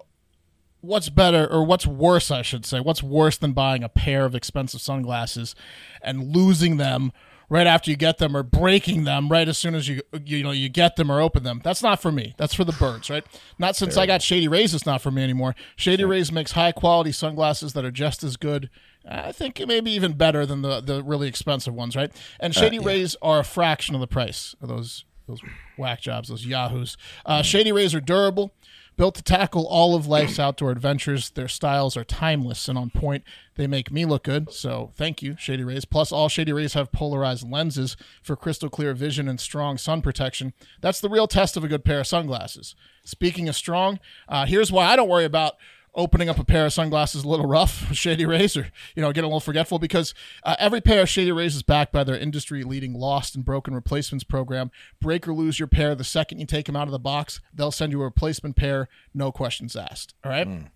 what's better, or what's worse, I should say, what's worse than buying a pair of expensive sunglasses and losing them right after you get them or breaking them right as soon as you you know you get them or open them. That's not for me. That's for the birds, right? Not since I got Shady Rays, it's not for me anymore. Shady Rays makes high quality sunglasses that are just as good. I think maybe even better than the the really expensive ones, right? And Shady Rays are a fraction of the price of those those whack jobs, those yahoos. Uh, Shady Rays are durable. Built to tackle all of life's outdoor adventures, their styles are timeless and on point. They make me look good, so thank you, Shady Rays. Plus, all Shady Rays have polarized lenses for crystal clear vision and strong sun protection. That's the real test of a good pair of sunglasses. Speaking of strong, uh, here's why I don't worry about opening up a pair of sunglasses a little rough with Shady Rays or, you know, getting a little forgetful because uh, every pair of Shady Rays is backed by their industry leading lost and broken replacements program. Break or lose your pair the second you take them out of the box, they'll send you a replacement pair, no questions asked. All right?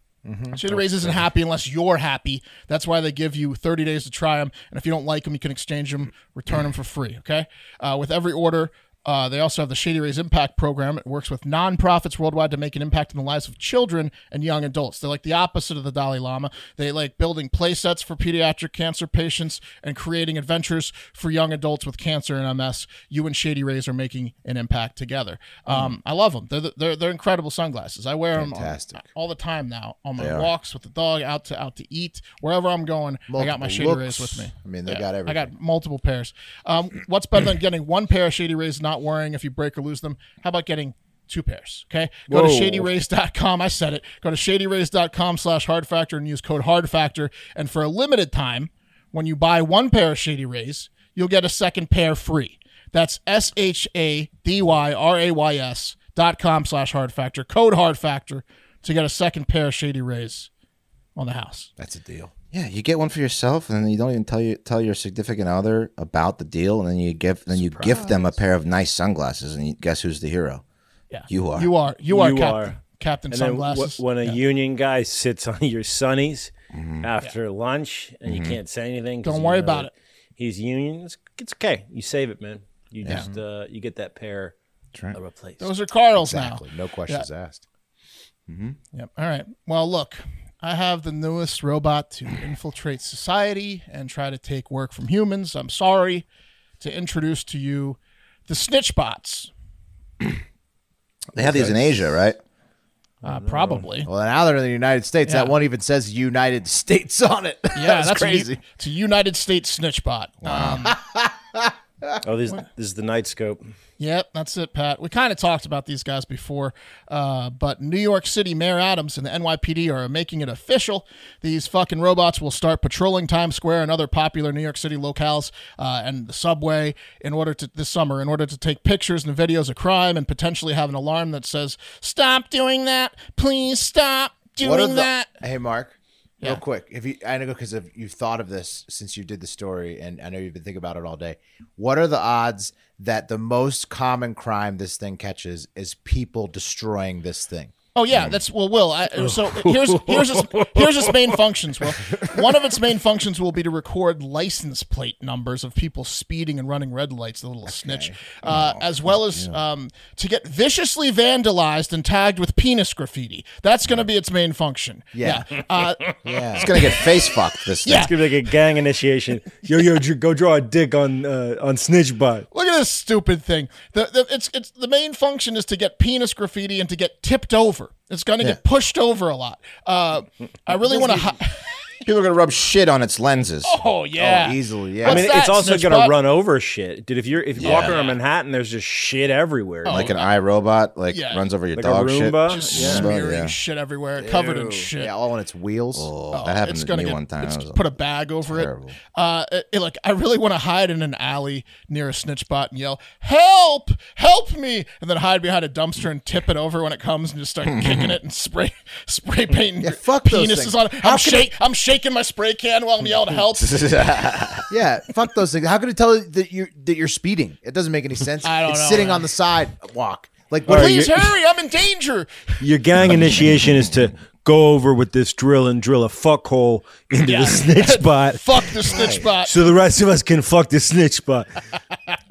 Shady Rays isn't happy unless you're happy. That's why they give you 30 days to try them. And if you don't like them, you can exchange them, return them for free. Okay. Uh, with every order, uh, they also have the Shady Rays Impact Program. It works with nonprofits worldwide to make an impact in the lives of children and young adults. They're like the opposite of the Dalai Lama. They like building play sets for pediatric cancer patients and creating adventures for young adults with cancer and MS. You and Shady Rays are making an impact together. Mm. Um, I love them. They're, the- they're, they're incredible sunglasses. I wear Fantastic. them all, all the time now on my walks with the dog, out to out to eat, wherever I'm going. I got my Multiple Shady Rays looks. with me. I mean, they got everything. I got multiple pairs. Um, what's better than getting one pair of Shady Rays, not worrying if you break or lose them? How about getting two pairs? Okay. Go to shadyrays.com. I said it. Go to shadyrays.com slash hard factor and use code hard factor. And for a limited time, when you buy one pair of Shady Rays, you'll get a second pair free. That's S H A D Y R A Y S dot com slash hard factor. Code hard factor to get a second pair of Shady Rays on the house. That's a deal. Yeah, you get one for yourself, and then you don't even tell you tell your significant other about the deal, and then you give then you gift them a pair of nice sunglasses, and you, guess who's the hero? Yeah. You are. You are. You are, You Captain, are. Captain And then wh- Sunglasses. when a Yeah. union guy sits on your sunnies after lunch and you can't say anything, 'cause Don't you worry know about that He's union. It's, it's okay. You save it, man. You just uh, you get that pair replaced. Those are Carl's Exactly. now. No questions asked. Yep. All right. Well, look, I have the newest robot to infiltrate society and try to take work from humans. I'm sorry to introduce to you the Uh, snitch bots. They have these in Asia, right? Oh, Uh, probably. Well, now they're in the United States. That one even says United States on it. Yeah, That's that's a u- crazy. it's a United States snitch bot. Um, Oh, this, this is the night scope. Yep, that's it, Pat. We kind of talked about these guys before, uh, but New York City Mayor Adams and the NYPD are making it official. These fucking robots will start patrolling Times Square and other popular New York City locales uh, and the subway in order to this summer in order to take pictures and videos of crime and potentially have an alarm that says "Stop doing that! Please stop doing are the- that!" Hey, Mark. Real Yeah. quick, if you, I know because you've thought of this since you did the story, and I know you've been thinking about it all day. What are the odds that the most common crime this thing catches is people destroying this thing? Oh yeah, that's well. Will I, so here's here's its, here's its main functions. Will one of its main functions will be to record license plate numbers of people speeding and running red lights. The little snitch, uh, as well as um, to get viciously vandalized and tagged with penis graffiti. That's going to be its main function. Yeah. Uh, Yeah, It's gonna get face fucked this thing. Yeah. It's gonna be like a gang initiation. Yo, yo, dr- go draw a dick on uh, on Snitchbot. look at this stupid thing. The, the it's it's the main function is to get penis graffiti and to get tipped over. It's going to get pushed over a lot. Uh, I really want to. Hi- People are gonna rub shit on its lenses. oh yeah. easily. What's Yeah, I mean, that, it's also Snitchbot? gonna run over shit, dude. If you're if you're walking around Manhattan, there's just shit everywhere. Oh. like an iRobot, like Yeah. runs over your Like a dog shit. Roomba? just Yeah. smearing Yeah. shit everywhere, covered in shit. yeah, all on its wheels. Oh, that happened it's to gonna me get, one time. It's It was put a bag over terrible. it. Uh, it- it- Like I really want to hide in an alley near a snitch bot and yell, "Help! Help me!" And then hide behind a dumpster and tip it over when it comes and just start kicking it and spray spray painting Yeah, fuck those things. penises on it. How I'm can it- shake, I'm shaking my spray can while I'm yelling, "Help!" Yeah, fuck those things. How could it tell you that you that you're speeding? It doesn't make any sense. I don't it's know, sitting man. on the sidewalk. Like what? Please you- hurry! I'm in danger. Your gang initiation is to go over with this drill and drill a fuck hole into Yeah. the snitch bot. Fuck the snitch bot. So the rest of us can fuck the snitch spot.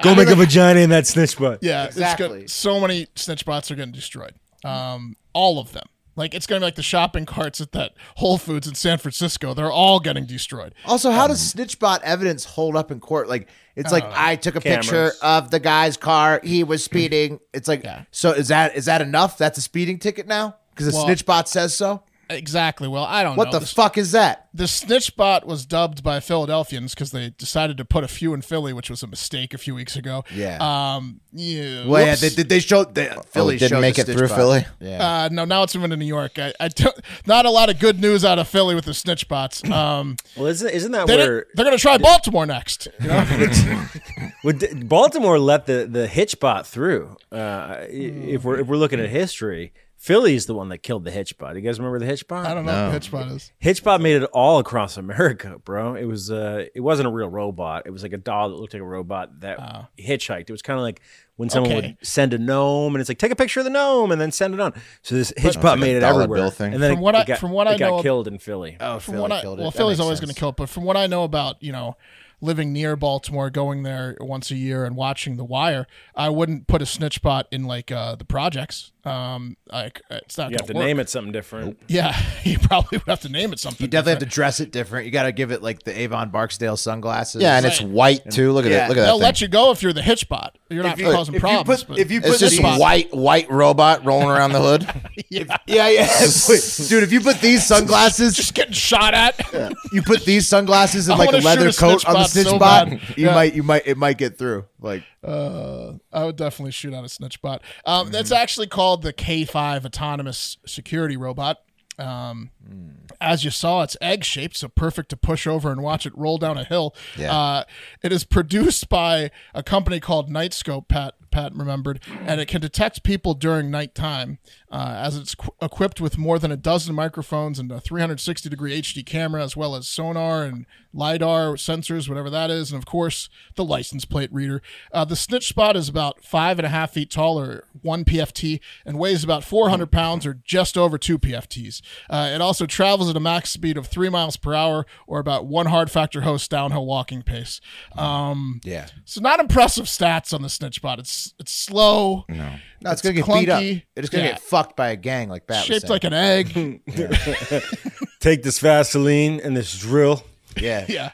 Go make a vagina in that snitch spot. Yeah, It's Exactly. good. So many snitch bots are getting destroyed. Um, all of them. Like it's gonna be like the shopping carts at that Whole Foods in San Francisco. They're all getting destroyed. Also, how does snitchbot evidence hold up in court? Like, it's like I took a picture Cameras. of the guy's car; he was speeding. It's like, so is that is that enough? That's a speeding ticket now because the Well- snitchbot says so. Exactly. Well, I don't What know. the fuck is that? the snitch bot was dubbed by Philadelphians because they decided to put a few in Philly, which was a mistake a few weeks ago. Yeah. Um. Yeah. Well, yeah, whoops. they, they, they showed they, Philly didn't showed make the it through Snitchbot. Philly? Yeah, Uh, no, now it's moving to New York. I, I don't, not a lot of good news out of Philly with the snitch bots. Um, Well, isn't isn't that they where didn't- they're going to try Baltimore next. You know? would, Baltimore let the the hitchbot through? Uh, i- if we're if we're looking at history, Philly's the one that killed the hitchbot. You guys remember the hitchbot? I don't know what the hitch bot is. Hitchbot made it all across America, bro. It was uh, it wasn't a real robot. It was like a doll that looked like a robot that hitchhiked. It was kind of like when someone Oh. Okay. would send a gnome, and it's like take a picture of the gnome and then send it on. So this Hitchbot like a made it dollar everywhere, bill thing. and then From it, what I- it got, from what I it got know- killed in Philly. from Philly what I, killed it. well, That Philly's makes always sense. going to kill it, but from what I know about you know living near Baltimore, going there once a year and watching The Wire, I wouldn't put a snitch bot in like uh, the projects. Um, like it's not you have going to to work. name it something different. Yeah, you probably would have to name it something. you definitely have to dress it different. You got to give it like the Avon Barksdale sunglasses. yeah, and it's white too. Look at Yeah. it. Look at They'll that let thing. you go if you're the hitch bot. You're not causing problems. You but put, if you put It's just these- spot. white white robot rolling around the hood. yeah, yeah, dude. If you put these sunglasses, just getting shot at. you put these sunglasses and I like wanna a shoot leather a coat on the snitch snitch bot so bot, bad. you Yeah. might you might it might get through. Like Uh, I would definitely shoot out a snitch bot. Um, That's actually called the K5 autonomous security robot. Um, As you saw, it's egg shaped, so perfect to push over and watch it roll down a hill. Yeah. Uh, it is produced by a company called Nightscope. Pat Pat remembered, and it can detect people during nighttime. Uh, as it's qu- equipped with more than a dozen microphones and a 360 degree HD camera, as well as sonar and lidar sensors, whatever that is, and of course the license plate reader. Uh, the snitch spot is about five and a half feet tall, or one PFT, and weighs about 400 pounds, or just over two PFTs. Uh, it also travels at a max speed of three miles per hour, or about one hard factor host downhill walking pace. Um, yeah, so not impressive stats on the snitch bot. It's it's slow. No, no, it's, gonna get beat up. It's gonna yeah. get fucked by a gang like that. shaped like an egg. Take this Vaseline and this drill. yeah. yeah.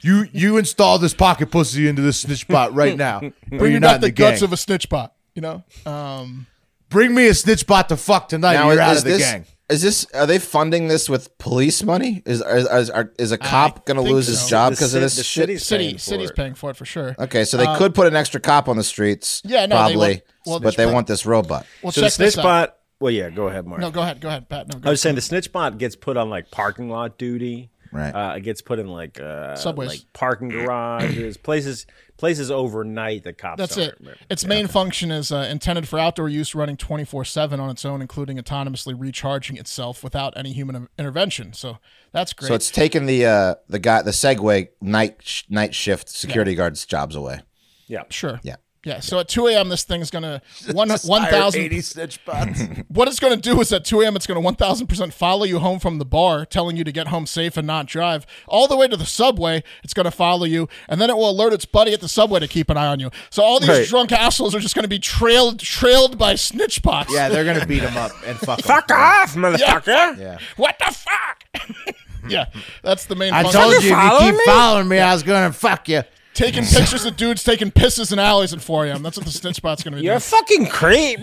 You you install this pocket pussy into this snitch bot right now. or Bring you're me not back in the, the guts gang. of a snitch bot. You know. Um, Bring me a snitch bot to fuck tonight. Now and you're is out of the this gang. Is this? Are they funding this with police money? Is is, is, are, is a cop going to think lose his so. job The because ci- of this the shit? city's City, paying for city's it. paying for it for sure. Okay, so they could put an extra cop on the streets. Yeah, no, they probably. want- well, but they want this robot. Well, So Oh, the check snitch this out. bot. Well, yeah, go ahead, Mark. No, go ahead, go ahead, Pat. No, go I was saying the snitch bot gets put on like parking lot duty. Right. Uh, it gets put in like uh, Subways. like parking garages, places places overnight that cops. That's aren't. it. Its main function is uh, intended for outdoor use, running 24 7 on its own, including autonomously recharging itself without any human intervention. So that's great. So it's taking the uh the guy the Segway night sh- night shift security guards jobs away. Yeah. sure. Yeah. Yeah. So at 2 a.m., this thing's going to 1,000. snitch bots. What it's going to do is at 2 a.m., it's going to 1,000% follow you home from the bar, telling you to get home safe and not drive. All the way to the subway, it's going to follow you, and then it will alert its buddy at the subway to keep an eye on you. So all these Right. drunk assholes are just going to be trailed trailed by snitch bots. Yeah, they're gonna beat him up and fuck him. Fuck off, motherfucker! Yeah. What the fuck? yeah, that's the main. I function. told you if you keep following me, I was gonna fuck you. Taking pictures of dudes taking pisses in alleys at 4 a.m. That's what the snitch bot's going to be You're a doing. fucking creep.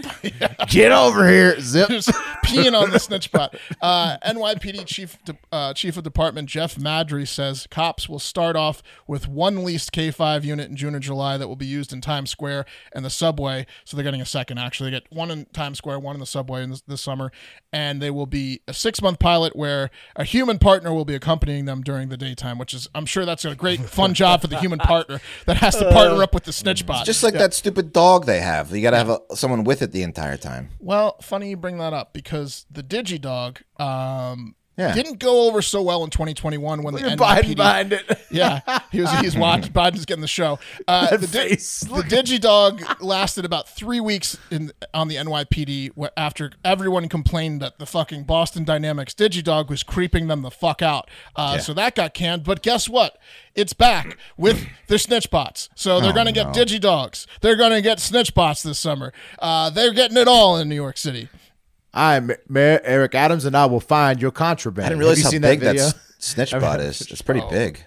Get over here, Zip. Just peeing on the snitch bot. Uh, NYPD chief de- uh, chief of department Jeff Madry says cops will start off with one leased K5 unit in June or July that will be used in Times Square and the subway. So they're getting a second. Actually, they get one in Times Square, one in the subway in this, this summer, and they will be a six month pilot where a human partner will be accompanying them during the daytime. Which is, I'm sure, that's a great fun job for the human partner that has to partner up with the snitch bot. Just like that stupid dog they have. You got to have a, someone with it the entire time. Well, funny you bring that up because the DigiDog um, Yeah. didn't go over so well in 2021 when the Biden NYPD. behind it. Yeah, he was he's watching. Biden's getting the show. Uh, the, di- the DigiDog lasted about three weeks in on the NYPD wh- after everyone complained that the fucking Boston Dynamics DigiDog was creeping them the fuck out. Uh, So that got canned. But guess what? It's back with the snitch bots. So they're going to get DigiDogs. They're going to get snitch bots this summer. Uh, they're getting it all in New York City. I'm Mayor Eric Adams, and I will find your contraband. I didn't Have realize you how seen big that that, video? s- snitch bot is. It's pretty big.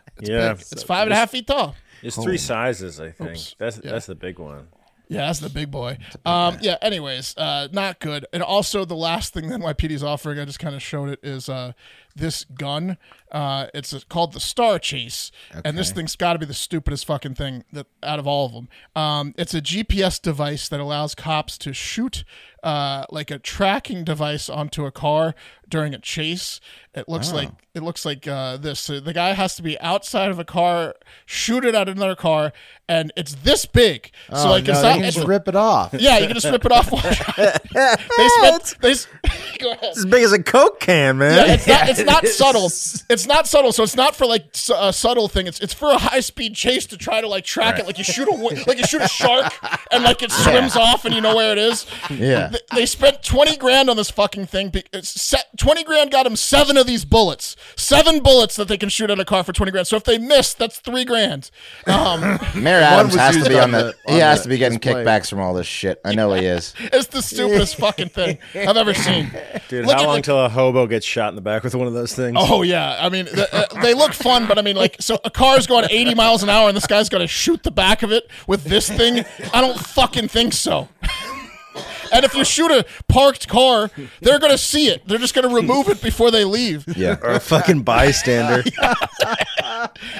yeah, It's five and a half feet tall. It's three sizes, I think. That's that's the big one. Yeah, that's the big boy. Um, yeah. Anyways, uh, not good. And also, the last thing that NYPD is offering, I just kind of showed it, is uh, this gun. Uh, it's uh, called the Star Chase, and this thing's got to be the stupidest fucking thing that out of all of them. Um, it's a GPS device that allows cops to shoot uh, like a tracking device onto a car during a chase. It looks like it looks like uh, this. So the guy has to be outside of a car, shoot it at another car, and it's this big. so Oh, like no, it's they not. can It's, just rip it off. yeah, you can just rip it off. One shot. they spent. They, s- go ahead. As big as a Coke can, man. Yeah, it's not. It's not subtle. It's not subtle. So it's not for like s- a subtle thing. It's it's for a high speed chase to try to like track it. Like you shoot a wi- like you shoot a shark and like it swims off and you know where it is. Yeah. Th- They spent twenty grand on this fucking thing. be- it's se- Twenty grand got them seven of these bullets. Seven bullets that they can shoot at a car for twenty grand. So if they miss, that's three grand. Um, Mayor Adams was has to used be on on the. the- on he has the to be getting display. kickbacks from all this shit. I know he is. it's the stupidest fucking thing I've ever seen. Dude, Look how at long the- till a hobo gets shot in the back with one of those things? Oh yeah, I mean th- uh, they look fun, but I mean like so a car's going 80 miles an hour and this guy's going to shoot the back of it with this thing. I don't fucking think so. And if you shoot a parked car, they're going to see it. They're just going to remove it before they leave. Yeah. or a fucking bystander.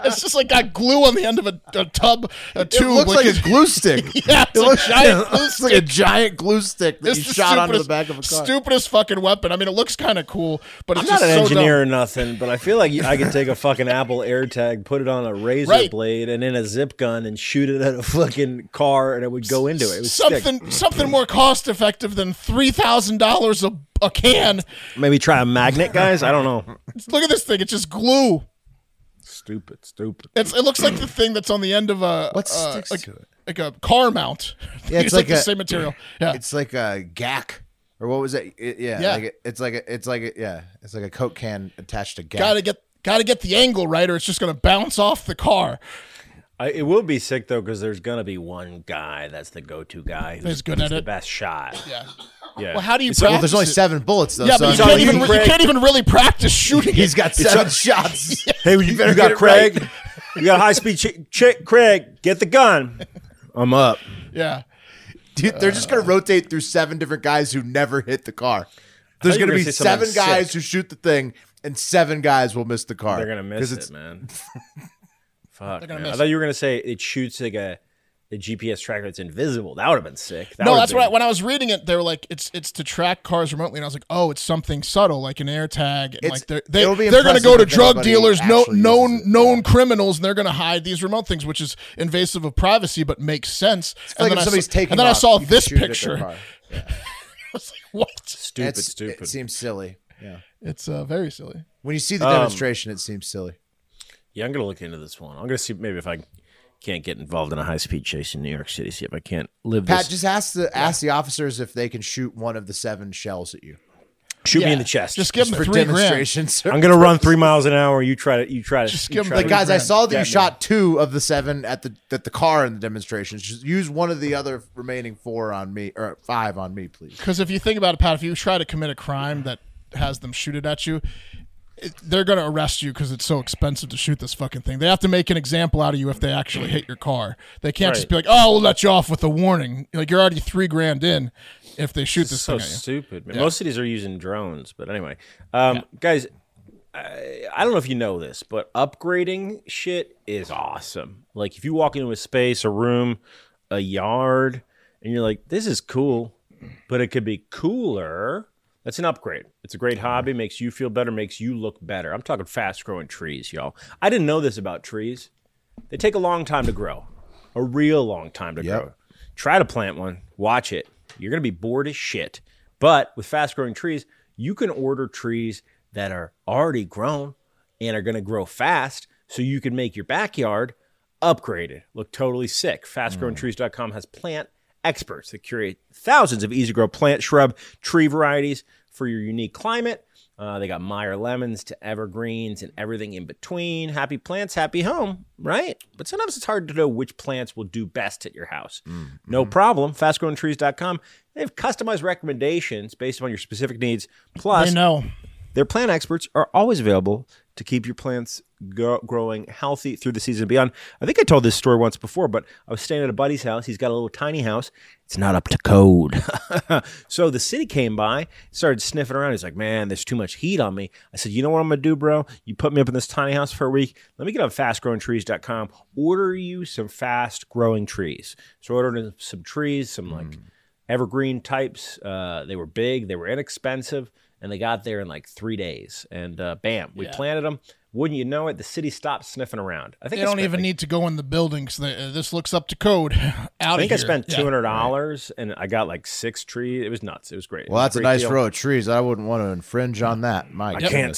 It's just like got glue on the end of a, a tub, a It tube. looks like a glue stick. yeah, it's It looks, a giant it looks like a giant glue stick that It's you the shot onto the stupidest- back of a car. Stupidest fucking weapon. I mean, it looks kind of cool, but it's I'm just not an so engineer Dumb. or nothing, but I feel like you- I could take a fucking Apple AirTag, put it on a razor Right. blade, and then a zip gun, and shoot it at a fucking car, and it would go into it. it would stick. Something, something more cost effective than three thousand dollars a a can. Maybe try a magnet, guys. I don't know. Look at this thing. It's just glue. Stupid, stupid. It's, it looks like the thing that's on the end of a What uh, sticks like, to it? like a car mount. Yeah, it's it's like, like the a- same material. Yeah, It's like a gack, or what was it? It- yeah, Yeah. Like a, it's like a, it's like a, yeah, it's like a coke can attached to gack. gotta get gotta get the angle right, or it's just gonna bounce off the car. I, it will be sick though, because there's gonna be one guy that's the go-to guy who's, Who's good who's at the it. best shot. Yeah. Yeah. Well, how do you practice? well, there's only it? seven bullets though. Yeah, so but you I can't mean, even you- you can't even really practice shooting. He's it. got seven shots. Hey, you, you got Craig. You got high speed chick, chick. Craig, get the gun. I'm up. Yeah. Dude, they're just gonna rotate through seven different guys who never hit the car. There's you were going to gonna be say someone seven guys sick. who shoot the thing, and seven guys will miss the car. They're gonna 'Cause miss it's- it, man. Fuck. gonna man. miss I thought you were gonna say it shoots like a, a GPS tracker that's invisible. That would have been sick. That no, would've that's been, what I, when I was reading it, they were like, it's it's to track cars remotely, and I was like, oh, it's something subtle, like an air tag, and It's- like they're they, it'll be they're going to impressive go to if drug anybody dealers, no, actually known uses it. known criminals, and they're going to hide these remote things, which is invasive of privacy, but makes sense. It's like if I somebody's saw, taking and then I off, saw you can this shoot it at their picture. I car. was like, what? stupid, It's- stupid. It seems silly. Yeah. It's uh, very silly. When you see Um, the demonstration, it seems silly. yeah, I'm gonna look into this one. I'm gonna see maybe if I can't get involved in a high speed chase in New York City. See if I can't live Pat, this. just ask the ask the officers if they can shoot one of the seven shells at you Shoot me Yeah. in the chest. Just give them for three grand. demonstrations. I'm gonna run three miles an hour. You try to. You try to. Just you give 'em try the Like to- guy- guys, I saw that you Yeah, man. shot two of the seven at the at the car in the demonstrations. Just use one of the other remaining four on me or five on me, please. Because if you think about it, Pat, if you try to commit a crime that has them shoot it at you, it, they're going to arrest you because it's so expensive to shoot this fucking thing. They have to make an example out of you if they actually hit your car. They can't just be like, "Oh, we'll let you off with a warning." Like you're already three grand in if they shoot this so thing at you. stupid. man. Most cities are using drones, but anyway, um, guys, I, I don't know if you know this, but upgrading shit is awesome. Like if you walk into a space, a room, a yard, and you're like, "This is cool," but it could be cooler. That's an upgrade. It's a great hobby. Makes you feel better. Makes you look better. I'm talking fast growing trees, y'all. I didn't know this about trees. They take a long time to grow, a real long time to grow. Try to plant one, watch it. You're going to be bored as shit. But with fast growing trees, you can order trees that are already grown and are going to grow fast so you can make your backyard upgraded. Look totally sick. Fastgrowingtrees.com has plant experts that curate thousands of easy to grow plant, shrub, tree varieties for your unique climate. Uh, they got Meyer lemons to evergreens and everything in between. Happy plants, happy home, right? But sometimes it's hard to know which plants will do best at your house. No problem. FastGrowingTrees.com. They have customized recommendations based on your specific needs. Plus, They know. their plant experts are always available to keep your plants go- growing healthy through the season and beyond. I think I told this story once before, but I was staying at a buddy's house. He's got a little tiny house. It's not up to code. so the city came by, started sniffing around. He's like, man, there's too much heat on me. I said, you know what I'm going to do, bro? You put me up in this tiny house for a week. Let me get on fastgrowingtrees.com, order you some fast growing trees. So I ordered some trees, some like evergreen types. Uh, they were big, they were inexpensive, and they got there in like three days. And uh, bam, we planted them. Wouldn't you know it? The city stopped sniffing around. I think They I don't spent, even like- need to go in the building. So they, uh, this looks up to code. Out I think of I here. spent Yeah. two hundred dollars, and I got like six trees. It was nuts. It was great. It Well, was that's a great nice deal. row of trees. I wouldn't want to infringe on that. My I goodness. can't,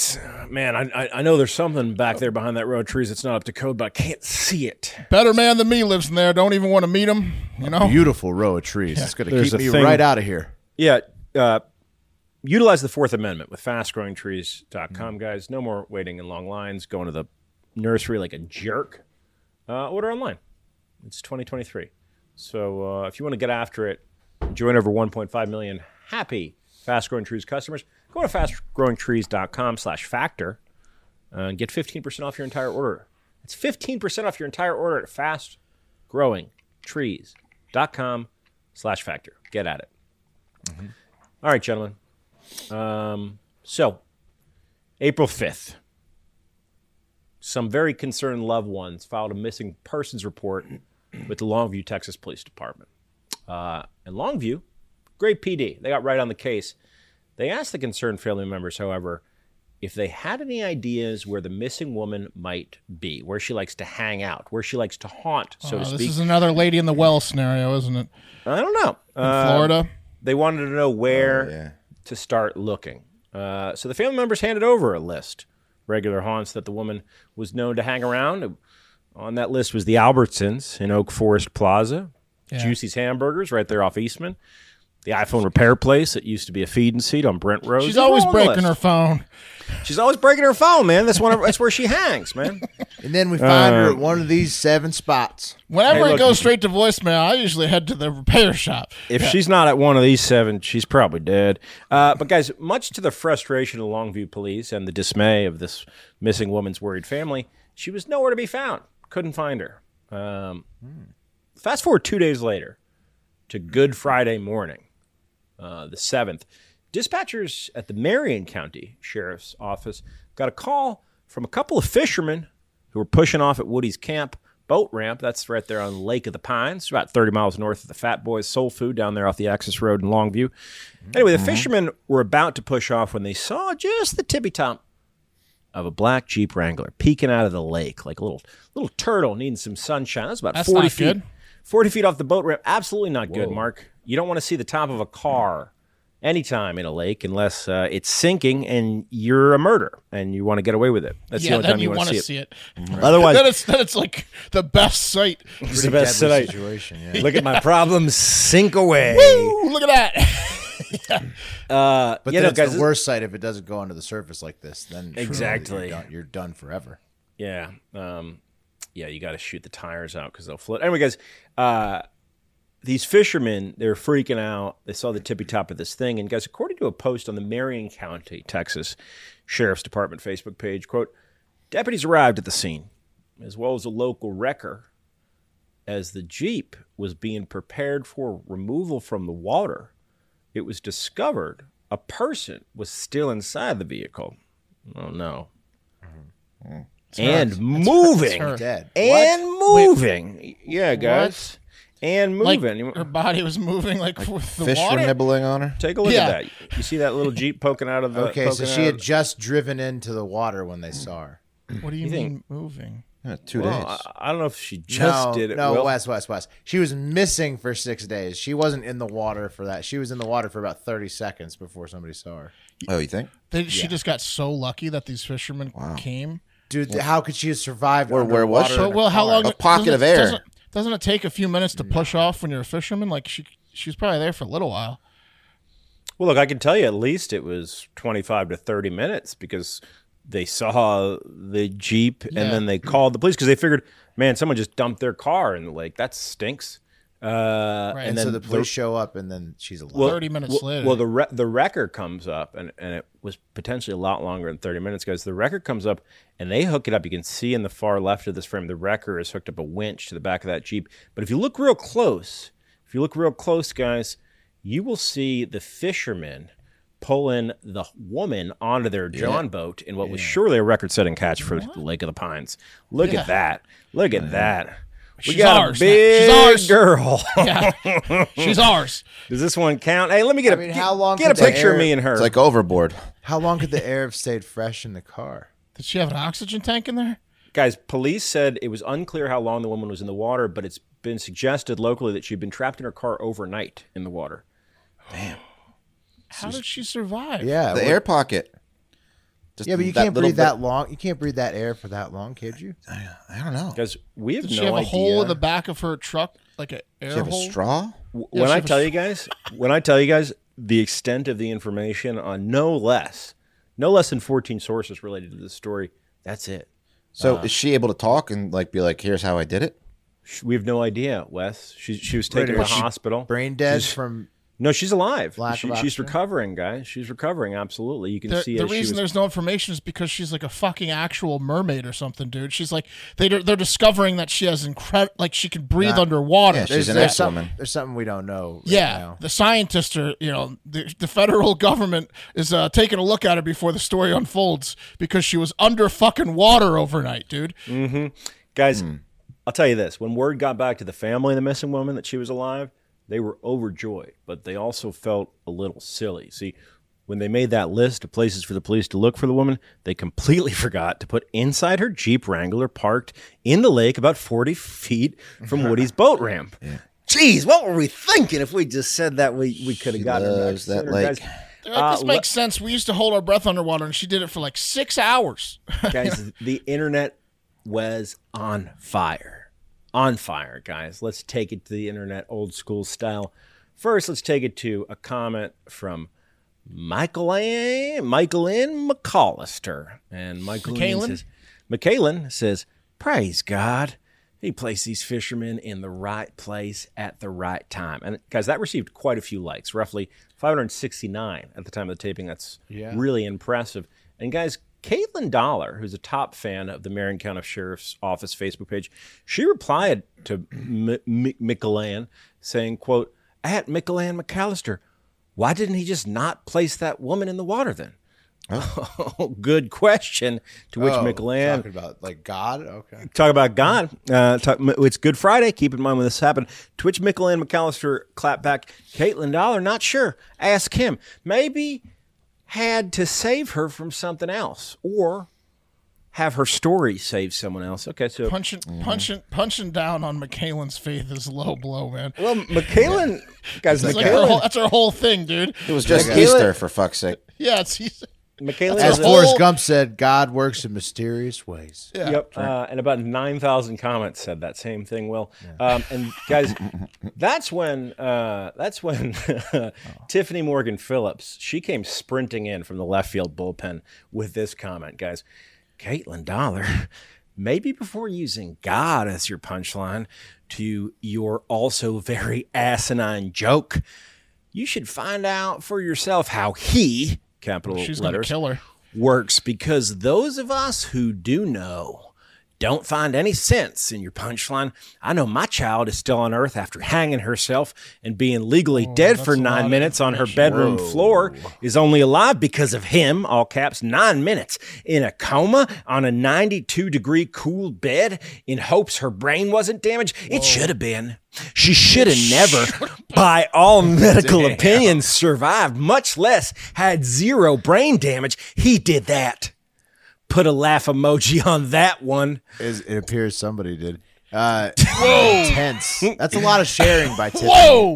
s- man. I, I I know there's something back there behind that row of trees that's not up to code, but I can't see it. Better man than me lives in there. Don't even want to meet him. You know. Beautiful row of trees. It's going to There's keep a me thing- right out of here. Yeah. Uh, utilize the Fourth Amendment with fastgrowingtrees.com, guys. No more waiting in long lines, going to the nursery like a jerk. Uh, order online. It's 2023. So uh, if you want to get after it, join over 1.5 million happy Fast Growing Trees customers. Go to fastgrowingtrees.com slash factor uh, and get 15% off your entire order. It's 15% off your entire order at fastgrowingtrees.com slash factor. Get at it. All right, gentlemen. Um, so, April 5th, some very concerned loved ones filed a missing persons report with the Longview, Texas Police Department. Uh, and Longview, great PD, they got right on the case. They asked the concerned family members, however, if they had any ideas where the missing woman might be, where she likes to hang out, where she likes to haunt, so Uh, to this speak. is another lady in the well scenario, isn't it? I don't know. Uh, Florida. they wanted to know where yeah. to start looking. Uh, so the family members handed over a list regular haunts that the woman was known to hang around. On that list was the Albertsons in Oak Forest Plaza, Juicy's Hamburgers right there off Eastman, the iPhone repair place that used to be a feed and seat on Brent Road. She's They're always all on the breaking list. her phone. She's always breaking her phone, man. That's one. Of, that's where she hangs, man. And then we find Um, her at one of these seven spots. Whenever Hey, it look- goes straight to voicemail, I usually head to the repair shop. If she's not at one of these seven, she's probably dead. Uh, but guys, much to the frustration of Longview police and the dismay of this missing woman's worried family, she was nowhere to be found. Couldn't find her. Um, Fast forward two days later to Good Friday morning, uh, the seventh. Dispatchers at the Marion County Sheriff's Office got a call from a couple of fishermen who were pushing off at Woody's Camp boat ramp. That's right there on Lake of the Pines, about 30 miles north of the Fat Boys Soul Food down there off the Access Road in Longview. Anyway, the Mm-hmm. fishermen were about to push off when they saw just the tippy top of a black Jeep Wrangler peeking out of the lake like a little little turtle needing some sunshine. That's about That's 40 not feet. good. 40 feet off the boat ramp. Absolutely not good, Mark. You don't want to see the top of a car anytime in a lake unless uh, it's sinking and you're a murderer and you want to get away with it. That's the yeah, only time then you, you want to see, it. Mm-hmm. it. Otherwise- then it's, then it's like the best sight. It's the best Deadly sight. situation. Yeah. Look at my problems sink away. Ooh, look at that. But Yeah, then no, it's guys, the this- worst site if it doesn't go under the surface like this. Then truly Exactly. you're done, you're done forever. Yeah. Um, yeah, you got to shoot the tires out because they'll float. Anyway, guys, uh, these fishermen, they were freaking out. They saw the tippy top of this thing. And, guys, according to a post on the Marion County, Texas Sheriff's Department Facebook page, quote, deputies arrived at the scene as well as a local wrecker as the Jeep was being prepared for removal from the water. It was discovered a person was still inside the vehicle. Oh, no. And moving her. Dead. and moving. Yeah, guys. And like, moving. You- her body was moving like, with the Fish were water. nibbling on her. Take a look Yeah. at that. You see that little jeep poking out of the. Okay, so poking she out had of- just driven into the water when they saw her. What do you, mean think- moving? Yeah, two Well, uh, days. I, I don't know if she just no, did it. no, Will. Wes, Wes, Wes. She was missing for six days. She wasn't in the water for that. She was in the water for about thirty seconds before somebody saw her. oh, you think? They, She just got so lucky that these fishermen came. Dude, how could she have survived? Or where was underwater she? in But well, how car? long? A pocket doesn't of it- air. Doesn't, doesn't it take a few minutes to push off when you're a fisherman? Like she, she's probably there for a little while. Well, look, I can tell you at least it was 25 to 30 minutes because they saw the Jeep Yeah. and then they called the police because they figured, man, someone just dumped their car in the lake. That stinks. Uh, Right. And, And then so the police show up, and then she's alive. 30 minutes well, later. Well, the re- the wrecker comes up, and, and it was potentially a lot longer than 30 minutes, guys. The wrecker comes up, and they hook it up. You can see in the far left of this frame, the wrecker is hooked up a winch to the back of that Jeep. But if you look real close, if you look real close, guys, you will see the fishermen pulling the woman onto their John boat in what was surely a record setting catch for the Lake of the Pines. Look at that. Look at that. We She's got ours a now. She's big ours. girl. She's ours. Does this one count? Hey, let me get a mean, get- how long get a could the picture of air- me and her. It's like overboard. How long could the air have stayed fresh in the car? Did she have an oxygen tank in there? Guys, police said it was unclear how long the woman was in the water, but it's been suggested locally that she'd been trapped in her car overnight in the water. How did she survive? Yeah, The what- air pocket. Just yeah, but you that can't little breathe that long. You can't breathe that air for that long, could you? bit- I don't know. Guys, we have Did she no have a idea. hole in the back of her truck, like an air Do you have hole? a straw? W- Yeah, when she I have a tell str- you guys, when I tell you guys the extent of the information on no less, no less than 14 sources related to this story, that's it. So is she able to talk and like be like, "Here's how I did it"? Sh- We have no idea, Wes. She, she was taken to the Was she hospital. Brain dead from no, she's alive. Lack She- of she's oxygen? recovering, guys. She's recovering, absolutely. You can The, see the as she reason was- there's no information is because she's like a fucking actual mermaid or something, dude. She's like they they're discovering that she has incredible like she can breathe underwater. Yeah, she's an there's ex some- woman. There's something we don't know. right Yeah, now. the scientists are, you know, the, the federal government is uh, taking a look at her before the story unfolds because she was under fucking water overnight, dude. Guys, Hmm. I'll tell you this: when word got back to the family of the missing woman that she was alive, they were overjoyed, but they also felt a little silly. See, when they made that list of places for the police to look for the woman, they completely forgot to put inside her Jeep Wrangler parked in the lake about forty feet from Woody's boat ramp. Jeez, what were we thinking if we just said that we, we could have gotten her back loves that sooner, lake. guys? They're like, this Uh, makes sense. We used to hold our breath underwater, and she did it for like six hours. guys the internet was on fire on fire guys let's take it to the internet old school style first let's take it to a comment from michael a michael n mcallister and michael N McAllen? says mcallen says praise god he placed these fishermen in the right place at the right time and guys that received quite a few likes roughly 569 at the time of the taping that's really impressive and guys Caitlin Dollar, who's a top fan of the Marion County Sheriff's Office Facebook page, she replied to M- M- Michelan saying, quote, at Michelan McAllister, Why didn't he just not place that woman in the water then? Oh, good question. To which Oh, McLean talking about like God. Okay. talk about God. Uh, talk, it's Good Friday. Keep in mind when this happened. Twitch Mickle and McAllister clap back. Caitlin Dollar, not sure. Ask him. Maybe had to save her from something else or have her story save someone else. Okay, so. Punching, punching, punching down on McKaylin's faith is a low blow, man. well, McKaylin, guys, It's like her whole, McKaylin, that's our whole thing, dude. It was just Like, Easter, for fuck's sake. Yeah, it's he's, McKaylin As has That's a- a whole- Forrest Gump said, God works in mysterious ways. Yep. Uh, and about 9,000 comments said that same thing, Will. Um, and guys, that's when uh, that's when Tiffany Morgan Phillips, she came sprinting in from the left field bullpen with this comment, guys. Caitlin Dollar, maybe before using God as your punchline to your also very asinine joke, you should find out for yourself how he, capital she's gonna letters, kill her. works because those of us who do know don't find any sense in your punchline. I know my child is still on earth after hanging herself and being legally dead for Oh, that's a lot nine of minutes on her bedroom floor, is only alive because of him, all caps, nine minutes, in a coma on a 92 degree cool bed in hopes her brain wasn't damaged. It should have been. She should have never, by all medical opinions, survived, much less had zero brain damage. He did that. Put a laugh emoji on that one. Is- It appears somebody did. Uh, Intense. That's a lot of sharing by Tiffany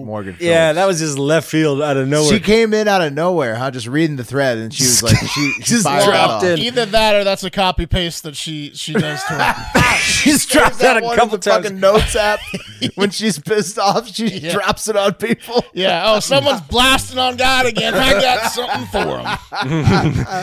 Morgan. Yeah, Phillips. that was just left field out of nowhere. She came in out of nowhere, huh? Just reading the thread, and she was like, she she Just fired that Oh, dropped off. in. Either that, or that's a copy paste that she she does to her. She's There's dropped that out one a in couple the times. fucking notes app when she's pissed off, she drops it on people. yeah. Oh, someone's blasting on God again. I got something for him.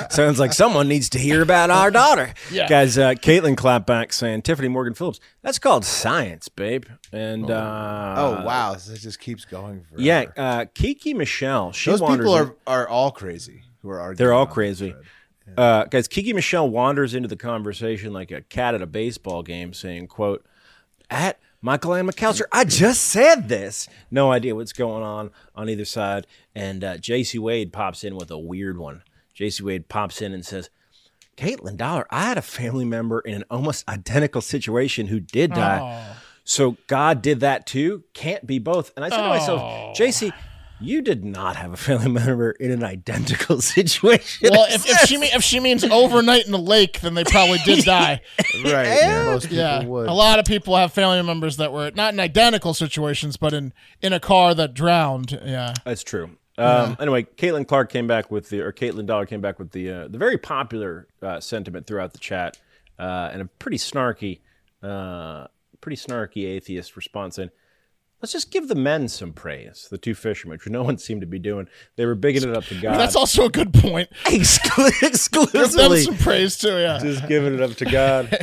Sounds like someone needs to hear about our daughter. Yeah. Guys, uh, Caitlin clapped back saying, Tiffany Morgan Phillips, that's called science, babe. And, uh, Oh wow, so it just keeps going. Forever. yeah, uh, Kiki Michelle, she those wanders people in- are, are all crazy. Who are arguing They're all on that crazy. thread. Uh, guys, Kiki Michelle wanders into the conversation like a cat at a baseball game, saying, quote, at Michael and McAllister, I just said this. No idea what's going on on either side. And uh, J.C. Wade pops in with a weird one. J.C. Wade pops in and says, Caitlin Dollar, I had a family member in an almost identical situation who did die. So God did that too. Can't be both. And I said to myself, JC, you did not have a family member in an identical situation. Well, if, if she mean, if she means overnight in the lake, then they probably did die. right? Most people Yeah, would. a lot of people have family members that were not in identical situations, but in in a car that drowned. Yeah, That's true. Um, Anyway, Caitlin Clark came back with the, or Caitlin Dollar came back with the, uh, the very popular uh, sentiment throughout the chat, uh, and a pretty snarky, uh, pretty snarky atheist response in. Let's just give the men some praise. The two fishermen, which no one seemed to be doing. They were bigging it up to God. that's also a good point. Exclu- Give them exclusively some praise too. Yeah, just giving it up to God.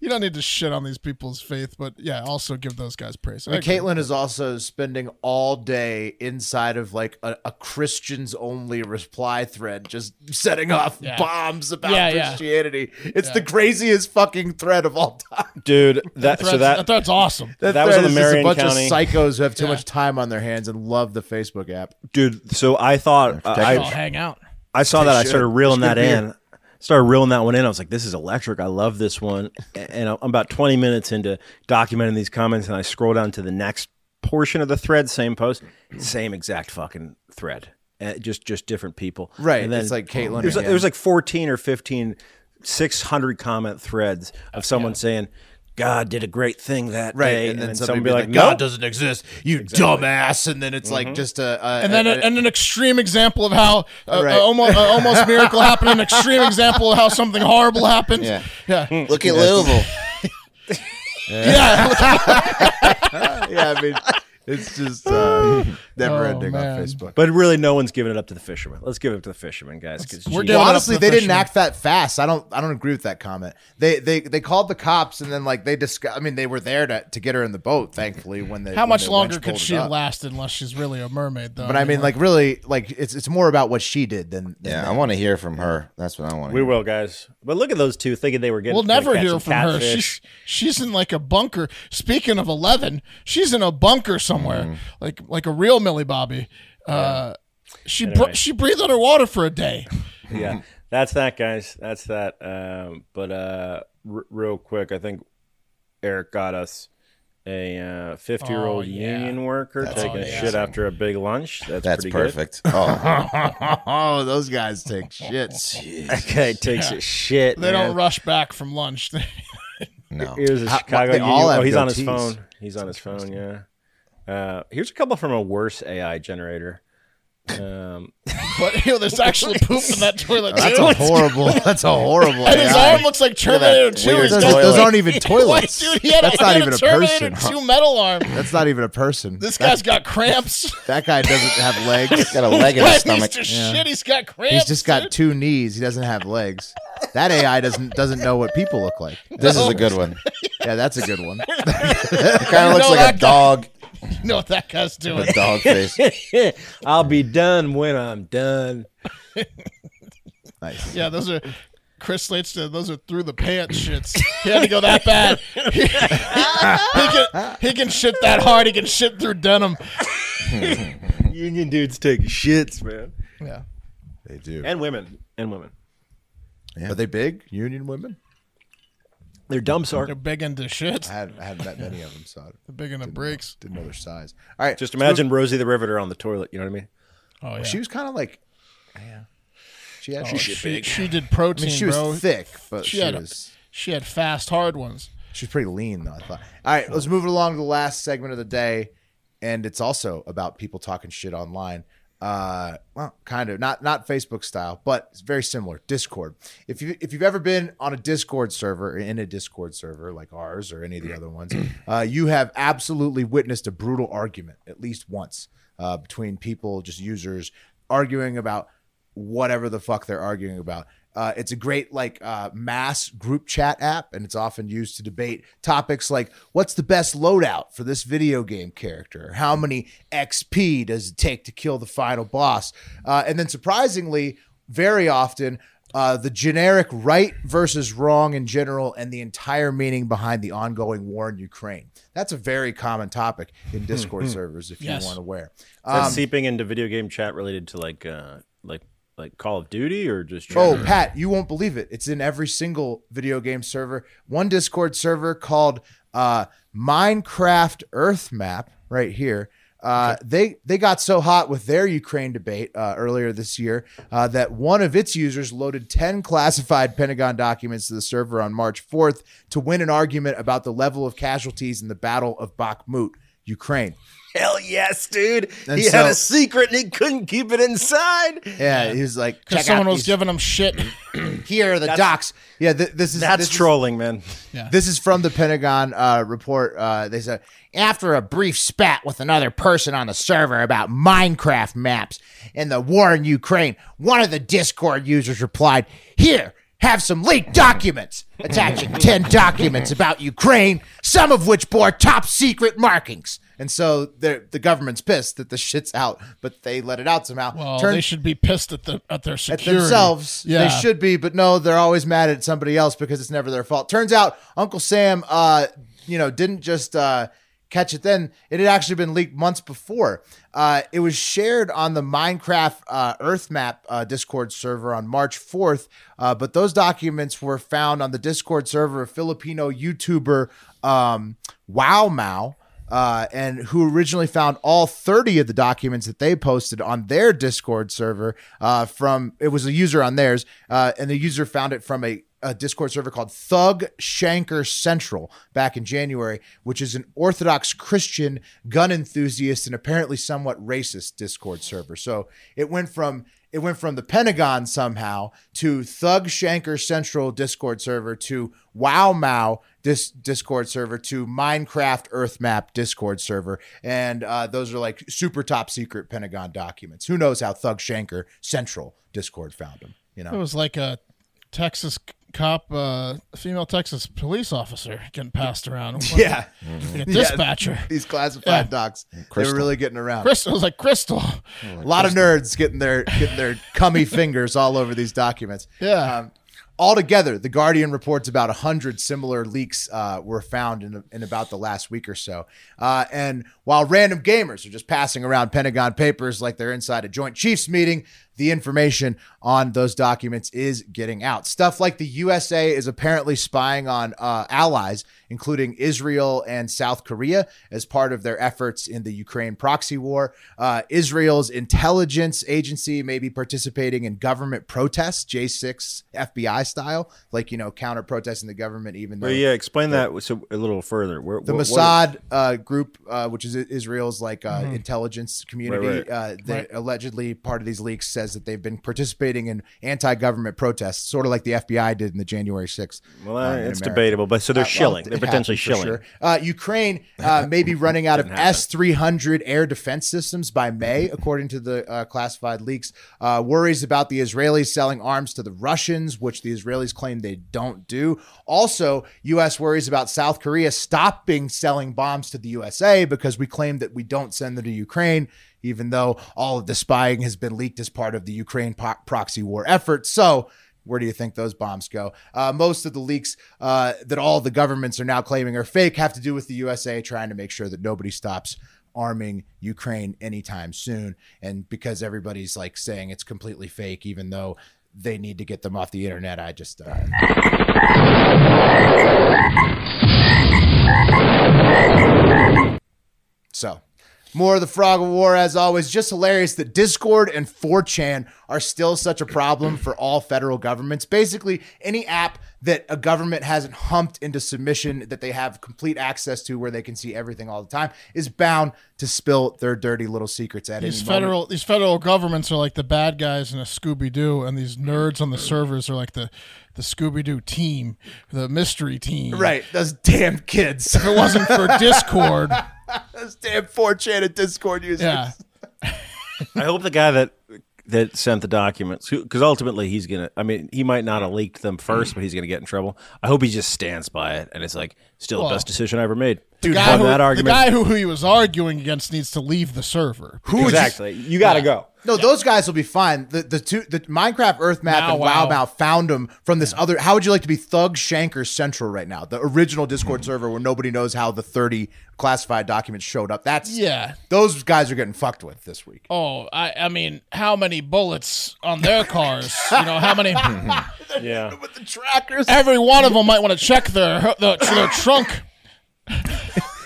you don't need to shit on these people's faith, but yeah, also give those guys praise. I And agree. Caitlin is also spending all day inside of like a, a Christians only reply thread, just setting off Yeah. bombs about Yeah, yeah. Christianity. It's the craziest fucking thread of all time. Dude, that so Threads- that that's awesome. That, That was thread on the is just Marion a bunch County- of psychos who have too much time on their hands and love the Facebook app. dude, so I thought I'll I hang out. I saw that I started reeling It's good that in. Started reeling that one in. I was like, this is electric. I love this one. And I'm about 20 minutes into documenting these comments and I scroll down to the next portion of the thread, same post, same exact fucking thread. Uh, just just different people. Right, And then it's like Caitlyn There's like, again. there's like 14 or 15 600 comment threads of someone saying God did a great thing that day, and then, someone somebody be like, God "Nope." doesn't exist, you dumbass. And then it's Mm-hmm. like just a, a And then, a- a, and an extreme example of how uh, Right. almost, almost miracle happened. An extreme example of how something horrible happened. Yeah. yeah. Hmm. Look at Louisville. yeah. yeah, I mean, it's just uh, never Oh, ending man. on Facebook. But really, no one's giving it up to the fishermen. Let's give it up to the fishermen, guys. 'cause We're she- giving it up well, to honestly, the they didn't fishermen. act that fast. I don't. I don't agree with that comment. They they they called the cops and then like they discuss. I mean, they were there to, to get her in the boat. Thankfully, when they How when much the longer winch could pulled she it have up. lasted unless she's really a mermaid, though? But I mean, know? like really, like it's it's more about what she did than, than Yeah, them. I want to hear from her. That's what I want to We hear. will, guys. But look at those two thinking they were getting. we'll gonna never catch hear some from her. catfish. She's she's in like a bunker. Speaking Mm-hmm. of eleven, she's in a bunker somewhere, like like a real Millie Bobby. Uh, She br- she breathed underwater for a day. yeah, that's that, guys. That's that. Um, but uh, r- real quick, I think Eric got us a uh, fifty-year-old Oh, yeah. union worker taking a shit after a big lunch. That's, That's pretty good. perfect. Oh, Oh, those guys take shit. Oh, That guy takes a shit. They man. don't rush back from lunch. no. Here's a Chicago they Union. all oh, have he's on his goatees. phone. He's on his phone. Yeah. Uh, here's a couple from a worse AI generator. Um, but you know, there's actually poop in that toilet That's too. a horrible. That's a horrible. and his AI. arm looks like Terminator 2. weird He's Those, got- toilet. those aren't even Wait, toilets. dude, he had That's a, not he had even a Terminator person, huh? 2 metal arm. That's not even a person. This That- guy's got cramps. that guy doesn't have legs. Got a leg in his He's stomach. just shit. He's got cramps. He's just got dude. two knees. He doesn't have legs. That AI doesn't doesn't know what people look like. This is a good one. Yeah, that's a good one. It kind of looks know like a that guy. dog. You know what that guy's doing. A dog face. I'll be done when I'm done. Nice. Yeah, those are Chris Slate's. Those are through the pants shits. He had to go that bad. He, he can he can shit that hard. He can shit through denim. Union dudes take shits, man. Yeah. They do. And women. And women. Are they big union women? They're dumps are. They're big into shit. I hadn't, I hadn't met many of them, so I They're big into breaks. didn't know their size. All right, Just imagine Rosie the Riveter on the toilet. You know what I mean? Oh yeah. she was kind of like, yeah, she had. she, she, she did protein, I mean, she was Oh, bro. thick, but she, She had a- was She had fast, hard ones. she was pretty lean though. I thought. All right, let's move it along to the last segment of the day, and it's also about people talking shit online. Uh, well, kind of not not Facebook style, but it's very similar. Discord. If you if you've ever been on a Discord server or in a Discord server like ours or any of the other ones, uh, you have absolutely witnessed a brutal argument at least once uh, between people, just users arguing about whatever the fuck they're arguing about. Uh, it's a great like uh, mass group chat app, and it's often used to debate topics like what's the best loadout for this video game character, how many XP does it take to kill the final boss, uh, and then surprisingly, very often. Uh, the generic right versus wrong in general, and the entire meaning behind the ongoing war in Ukraine. That's a very common topic in Discord servers, if Yes. you weren't aware. Um, That's seeping into video game chat related to like uh like like Call of Duty or just Oh, general- Pat, you won't believe it. It's in every single video game server. One Discord server called uh, Minecraft Earth Map right here. Uh, they they got so hot with their Ukraine debate uh, earlier this year uh, that one of its users loaded ten classified Pentagon documents to the server on March 4th to win an argument about the level of casualties in the Battle of Bakhmut, Ukraine. Hell yes, dude. And he had so- a secret and he couldn't keep it inside. Yeah, he was like, Because check out someone was these, giving him shit. here are the docs. Yeah, th- this is That's this is- trolling, man. This is from the Pentagon uh, report. Uh, they said after a brief spat with another person on the server about Minecraft maps and the war in Ukraine, one of the Discord users replied, "Here, have some leaked documents attaching ten documents about Ukraine, some of which bore top secret markings." And so the the government's pissed that the shit's out, but they let it out somehow. Well, Turns- they should be pissed at the at their at security. themselves. Yeah. They should be, but no, they're always mad at somebody else because it's never their fault. Turns out Uncle Sam, uh, you know, didn't just uh, catch it then. It had actually been leaked months before. Uh, it was shared on the Minecraft uh, Earth Map uh, Discord server on March 4th, uh, but those documents were found on the Discord server of Filipino YouTuber um, Wow Mao uh, and who originally found all 30 of the documents that they posted on their Discord server uh, from it was a user on theirs, uh, and the user found it from a, a Discord server called Thug Shanker Central back in January, which is an Orthodox Christian gun enthusiast and apparently somewhat racist Discord server. So it went from it went from the Pentagon somehow to Thug Shanker Central Discord server to Wow Mao dis- Discord server to Minecraft Earth Map Discord server. And uh, those are like super top secret Pentagon documents. Who knows how Thug Shanker Central Discord found them? You It know, was like a Texas c- cop, uh, female Texas police officer getting passed around. yeah, Like a dispatcher. these classified Yeah. docs, they're really getting around. Crystal was like Crystal. a lot of nerds getting their getting their cummy fingers all over these documents. Yeah. Um, Altogether, The Guardian reports about 100 similar leaks uh, were found in, in about the last week or so. Uh, and while random gamers are just passing around Pentagon papers like they're inside a Joint Chiefs meeting, the information on those documents is getting out. Stuff like the USA is apparently spying on uh, allies, including Israel and South Korea, as part of their efforts in the Ukraine proxy war. Uh, Israel's intelligence agency may be participating in government protests, J6 FBI style, like, you know, counter protesting the government, even though Well, yeah, explain that so, a little further. Where, the what- what- Mossad uh, group, uh, which is I- Israel's like uh, intelligence community, Right, right. Uh, they allegedly part of these leaks says that they've been participating in anti-government protests, sort of like the FBI did in the January sixth. well, uh, uh, in it's America. debatable, but so they're Uh, well, shilling. it they're potentially happened for shilling. sure. Uh, Ukraine uh, may be running out of S three hundred air defense systems by Mm-hmm. May, according to the uh, classified leaks. Uh, worries about the Israelis selling arms to the Russians, which the Israelis claim they don't do. Also, U.S. worries about South Korea stopping selling bombs to the USA because we claim that we don't send them to Ukraine. Even though all of the spying has been leaked as part of the Ukraine po- proxy war effort. So, where do you think those bombs go? Uh, most of the leaks uh, that all the governments are now claiming are fake have to do with the USA trying to make sure that nobody stops arming Ukraine anytime soon. And because everybody's like saying it's completely fake, even though they need to get them off the internet, I just. Uh, So, more of the Frog of War, as always. Just hilarious that Discord and 4chan are still such a problem for all federal governments. Basically, any app that a government hasn't humped into submission that they have complete access to, where they can see everything all the time, is bound to spill their dirty little secrets at These any moment. federal these federal governments are like the bad guys in a Scooby Doo, and these nerds on the servers are like the the Scooby Doo team, the mystery team. Right, those damn kids, If it wasn't for Discord, those damn 4chan and Discord users. yeah. I hope the guy that that sent the documents, because ultimately he's gonna. I mean, he might not have leaked them first, but he's gonna get in trouble. I hope he just stands by it and it's like still the best decision I ever made. Dude, The guy, who, the guy who, who he was arguing against needs to leave the server. exactly? you got to go. No, those guys will be fine. The the two the Minecraft Earth map Now, and WoW wow. map found them from this other. How would you like to be Thug Shanker Central right now? The original Discord Hmm. server where nobody knows how the thirty classified documents showed up. That's Yeah. Those guys are getting fucked with this week. Oh, I, I mean, how many bullets on their cars? You know, how many? Yeah, Oh, The trackers. Every one of them might want to check their their, their trunk.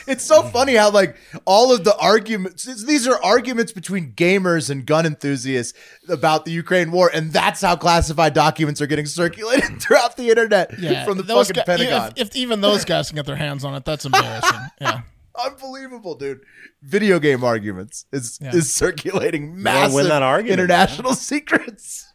It's so funny how like all of the arguments. it's- These are arguments between gamers and gun enthusiasts about the Ukraine war, and that's how classified documents are getting circulated throughout the internet Yeah, from the fucking guy- Pentagon. If, if even those guys can get their hands on it, that's embarrassing. Yeah, Unbelievable, dude. Video game arguments is Yeah. is circulating wanna win massive that argument, international secrets.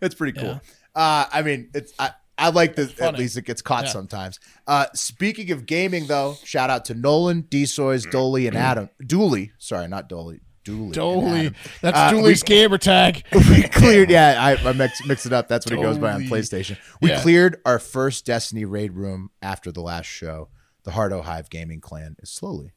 That's pretty cool. Uh, I mean, it's I, I like that at funny. least it gets caught Yeah. sometimes. Uh, speaking of gaming, though, shout out to Nolan, Desoys, Doley, and Adam Dooley. Sorry, not Doley. Dooley. and Dolly, Adam. that's Uh, Dooley's gamer tag. we cleared. Yeah, I, I mix, mix it up. That's what it goes by on Totally. PlayStation. We Yeah. cleared our first Destiny raid room after the last show. The Hardo Hive Gaming Clan is slowly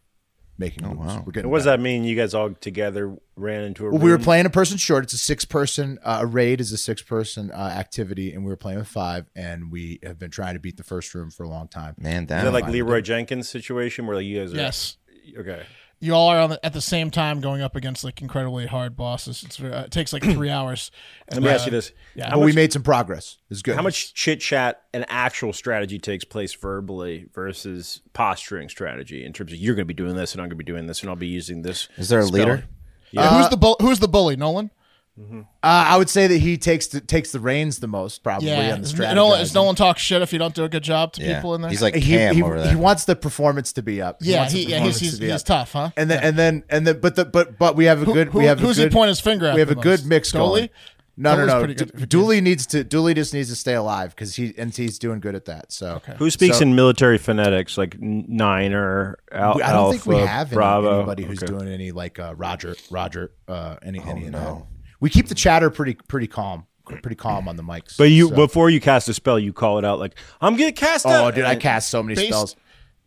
making Oh, moves. We're getting. what does better. that mean? You guys all together ran into a. Well, we were room? playing a person short. It's a six person. Uh, a raid is a six person uh, activity, and we were playing with five. And we have been trying to beat the first room for a long time. Man Is down. that like Leroy Jenkins situation where like you guys are? Yes, Okay. you all are on the, at the same time going up against like incredibly hard bosses. It's, very- uh, it takes like three hours. Uh, Let me ask you this: yeah. how But much, we made some progress. It's good. how much chit chat and actual strategy takes place verbally versus posturing strategy in terms of you're going to be doing this and I'm going to be doing this and I'll be using this. Is there a spell? leader? who's the bu- who's the bully? Nolan. Uh, I would say that he takes the, takes the reins the most, probably on the is strategy. Nolan, is Nolan talk shit if you don't do a good job to Yeah. people in there? He's like he, Cam he, over he there. wants the performance to be up. He yeah, wants the he, yeah, he's performance he's, to be he's up. tough, huh? And then, and then, and then, but the, but, but we have a good, we who- have a who's he good, pointing his finger at We have the a good most? mix going. Dooley? No, Dooley's no, no. pretty good Du- if he Dooley needs to. Dooley just needs to stay alive because he and he's doing good at that. So Who speaks in military phonetics like n- Niner, al- I don't think we Alpha, have any, Bravo? anybody who's Okay. Oh, doing any like uh, Roger, Roger, uh, any, any of that. We keep the chatter pretty, pretty calm, pretty calm on the mics. But you so- before you cast a spell, you call it out like I'm going to cast. oh, out. dude, I cast so many Based- spells.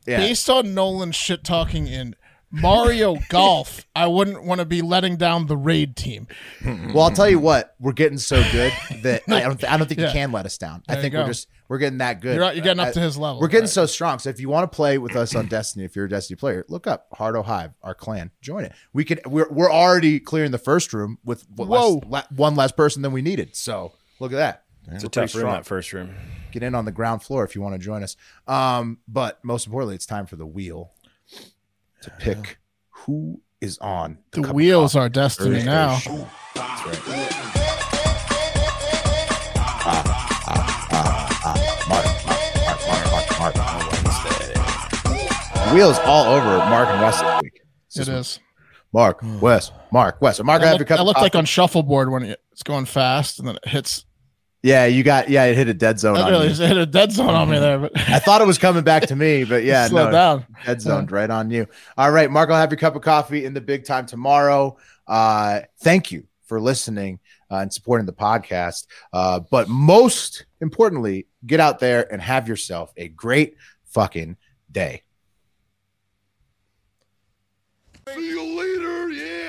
Yeah. Based on Nolan shit talking in Mario Golf, I wouldn't want to be letting down the raid team. Well, I'll tell you what, we're getting so good that I don't, I don't think Yeah. you can let us down. I you think we're go. just we're getting that good. Uh, You're, out- you're getting up to his level. We're getting so strong. So if you want to play with us on Destiny, if you're a Destiny player, look up Hardo Hive, our clan. Join it. We could. We're we're already clearing the first room with what Whoa. less, la, one less person than we needed. So look at that. It's a pretty tough room, strong. that first room. Get in on the ground floor if you want to join us. Um, but most importantly, it's time for the wheel to pick who is on the wheels are destiny now. wheels all over Mark and West this week. It is. Mark West, Mark West. So Mark, I, I have to look, cut. I look uh, like on shuffleboard when it- it's going fast and then it hits. yeah, you got yeah. It hit a dead zone. It on really you. it hit a dead zone on me there, but I thought it was coming back to me, but yeah, slow no, down. dead zoned right on you. All right, Mark, I'll have your cup of coffee in the big time tomorrow. Uh, thank you for listening uh, and supporting the podcast. Uh, but most importantly, get out there and have yourself a great fucking day. See you later, yeah.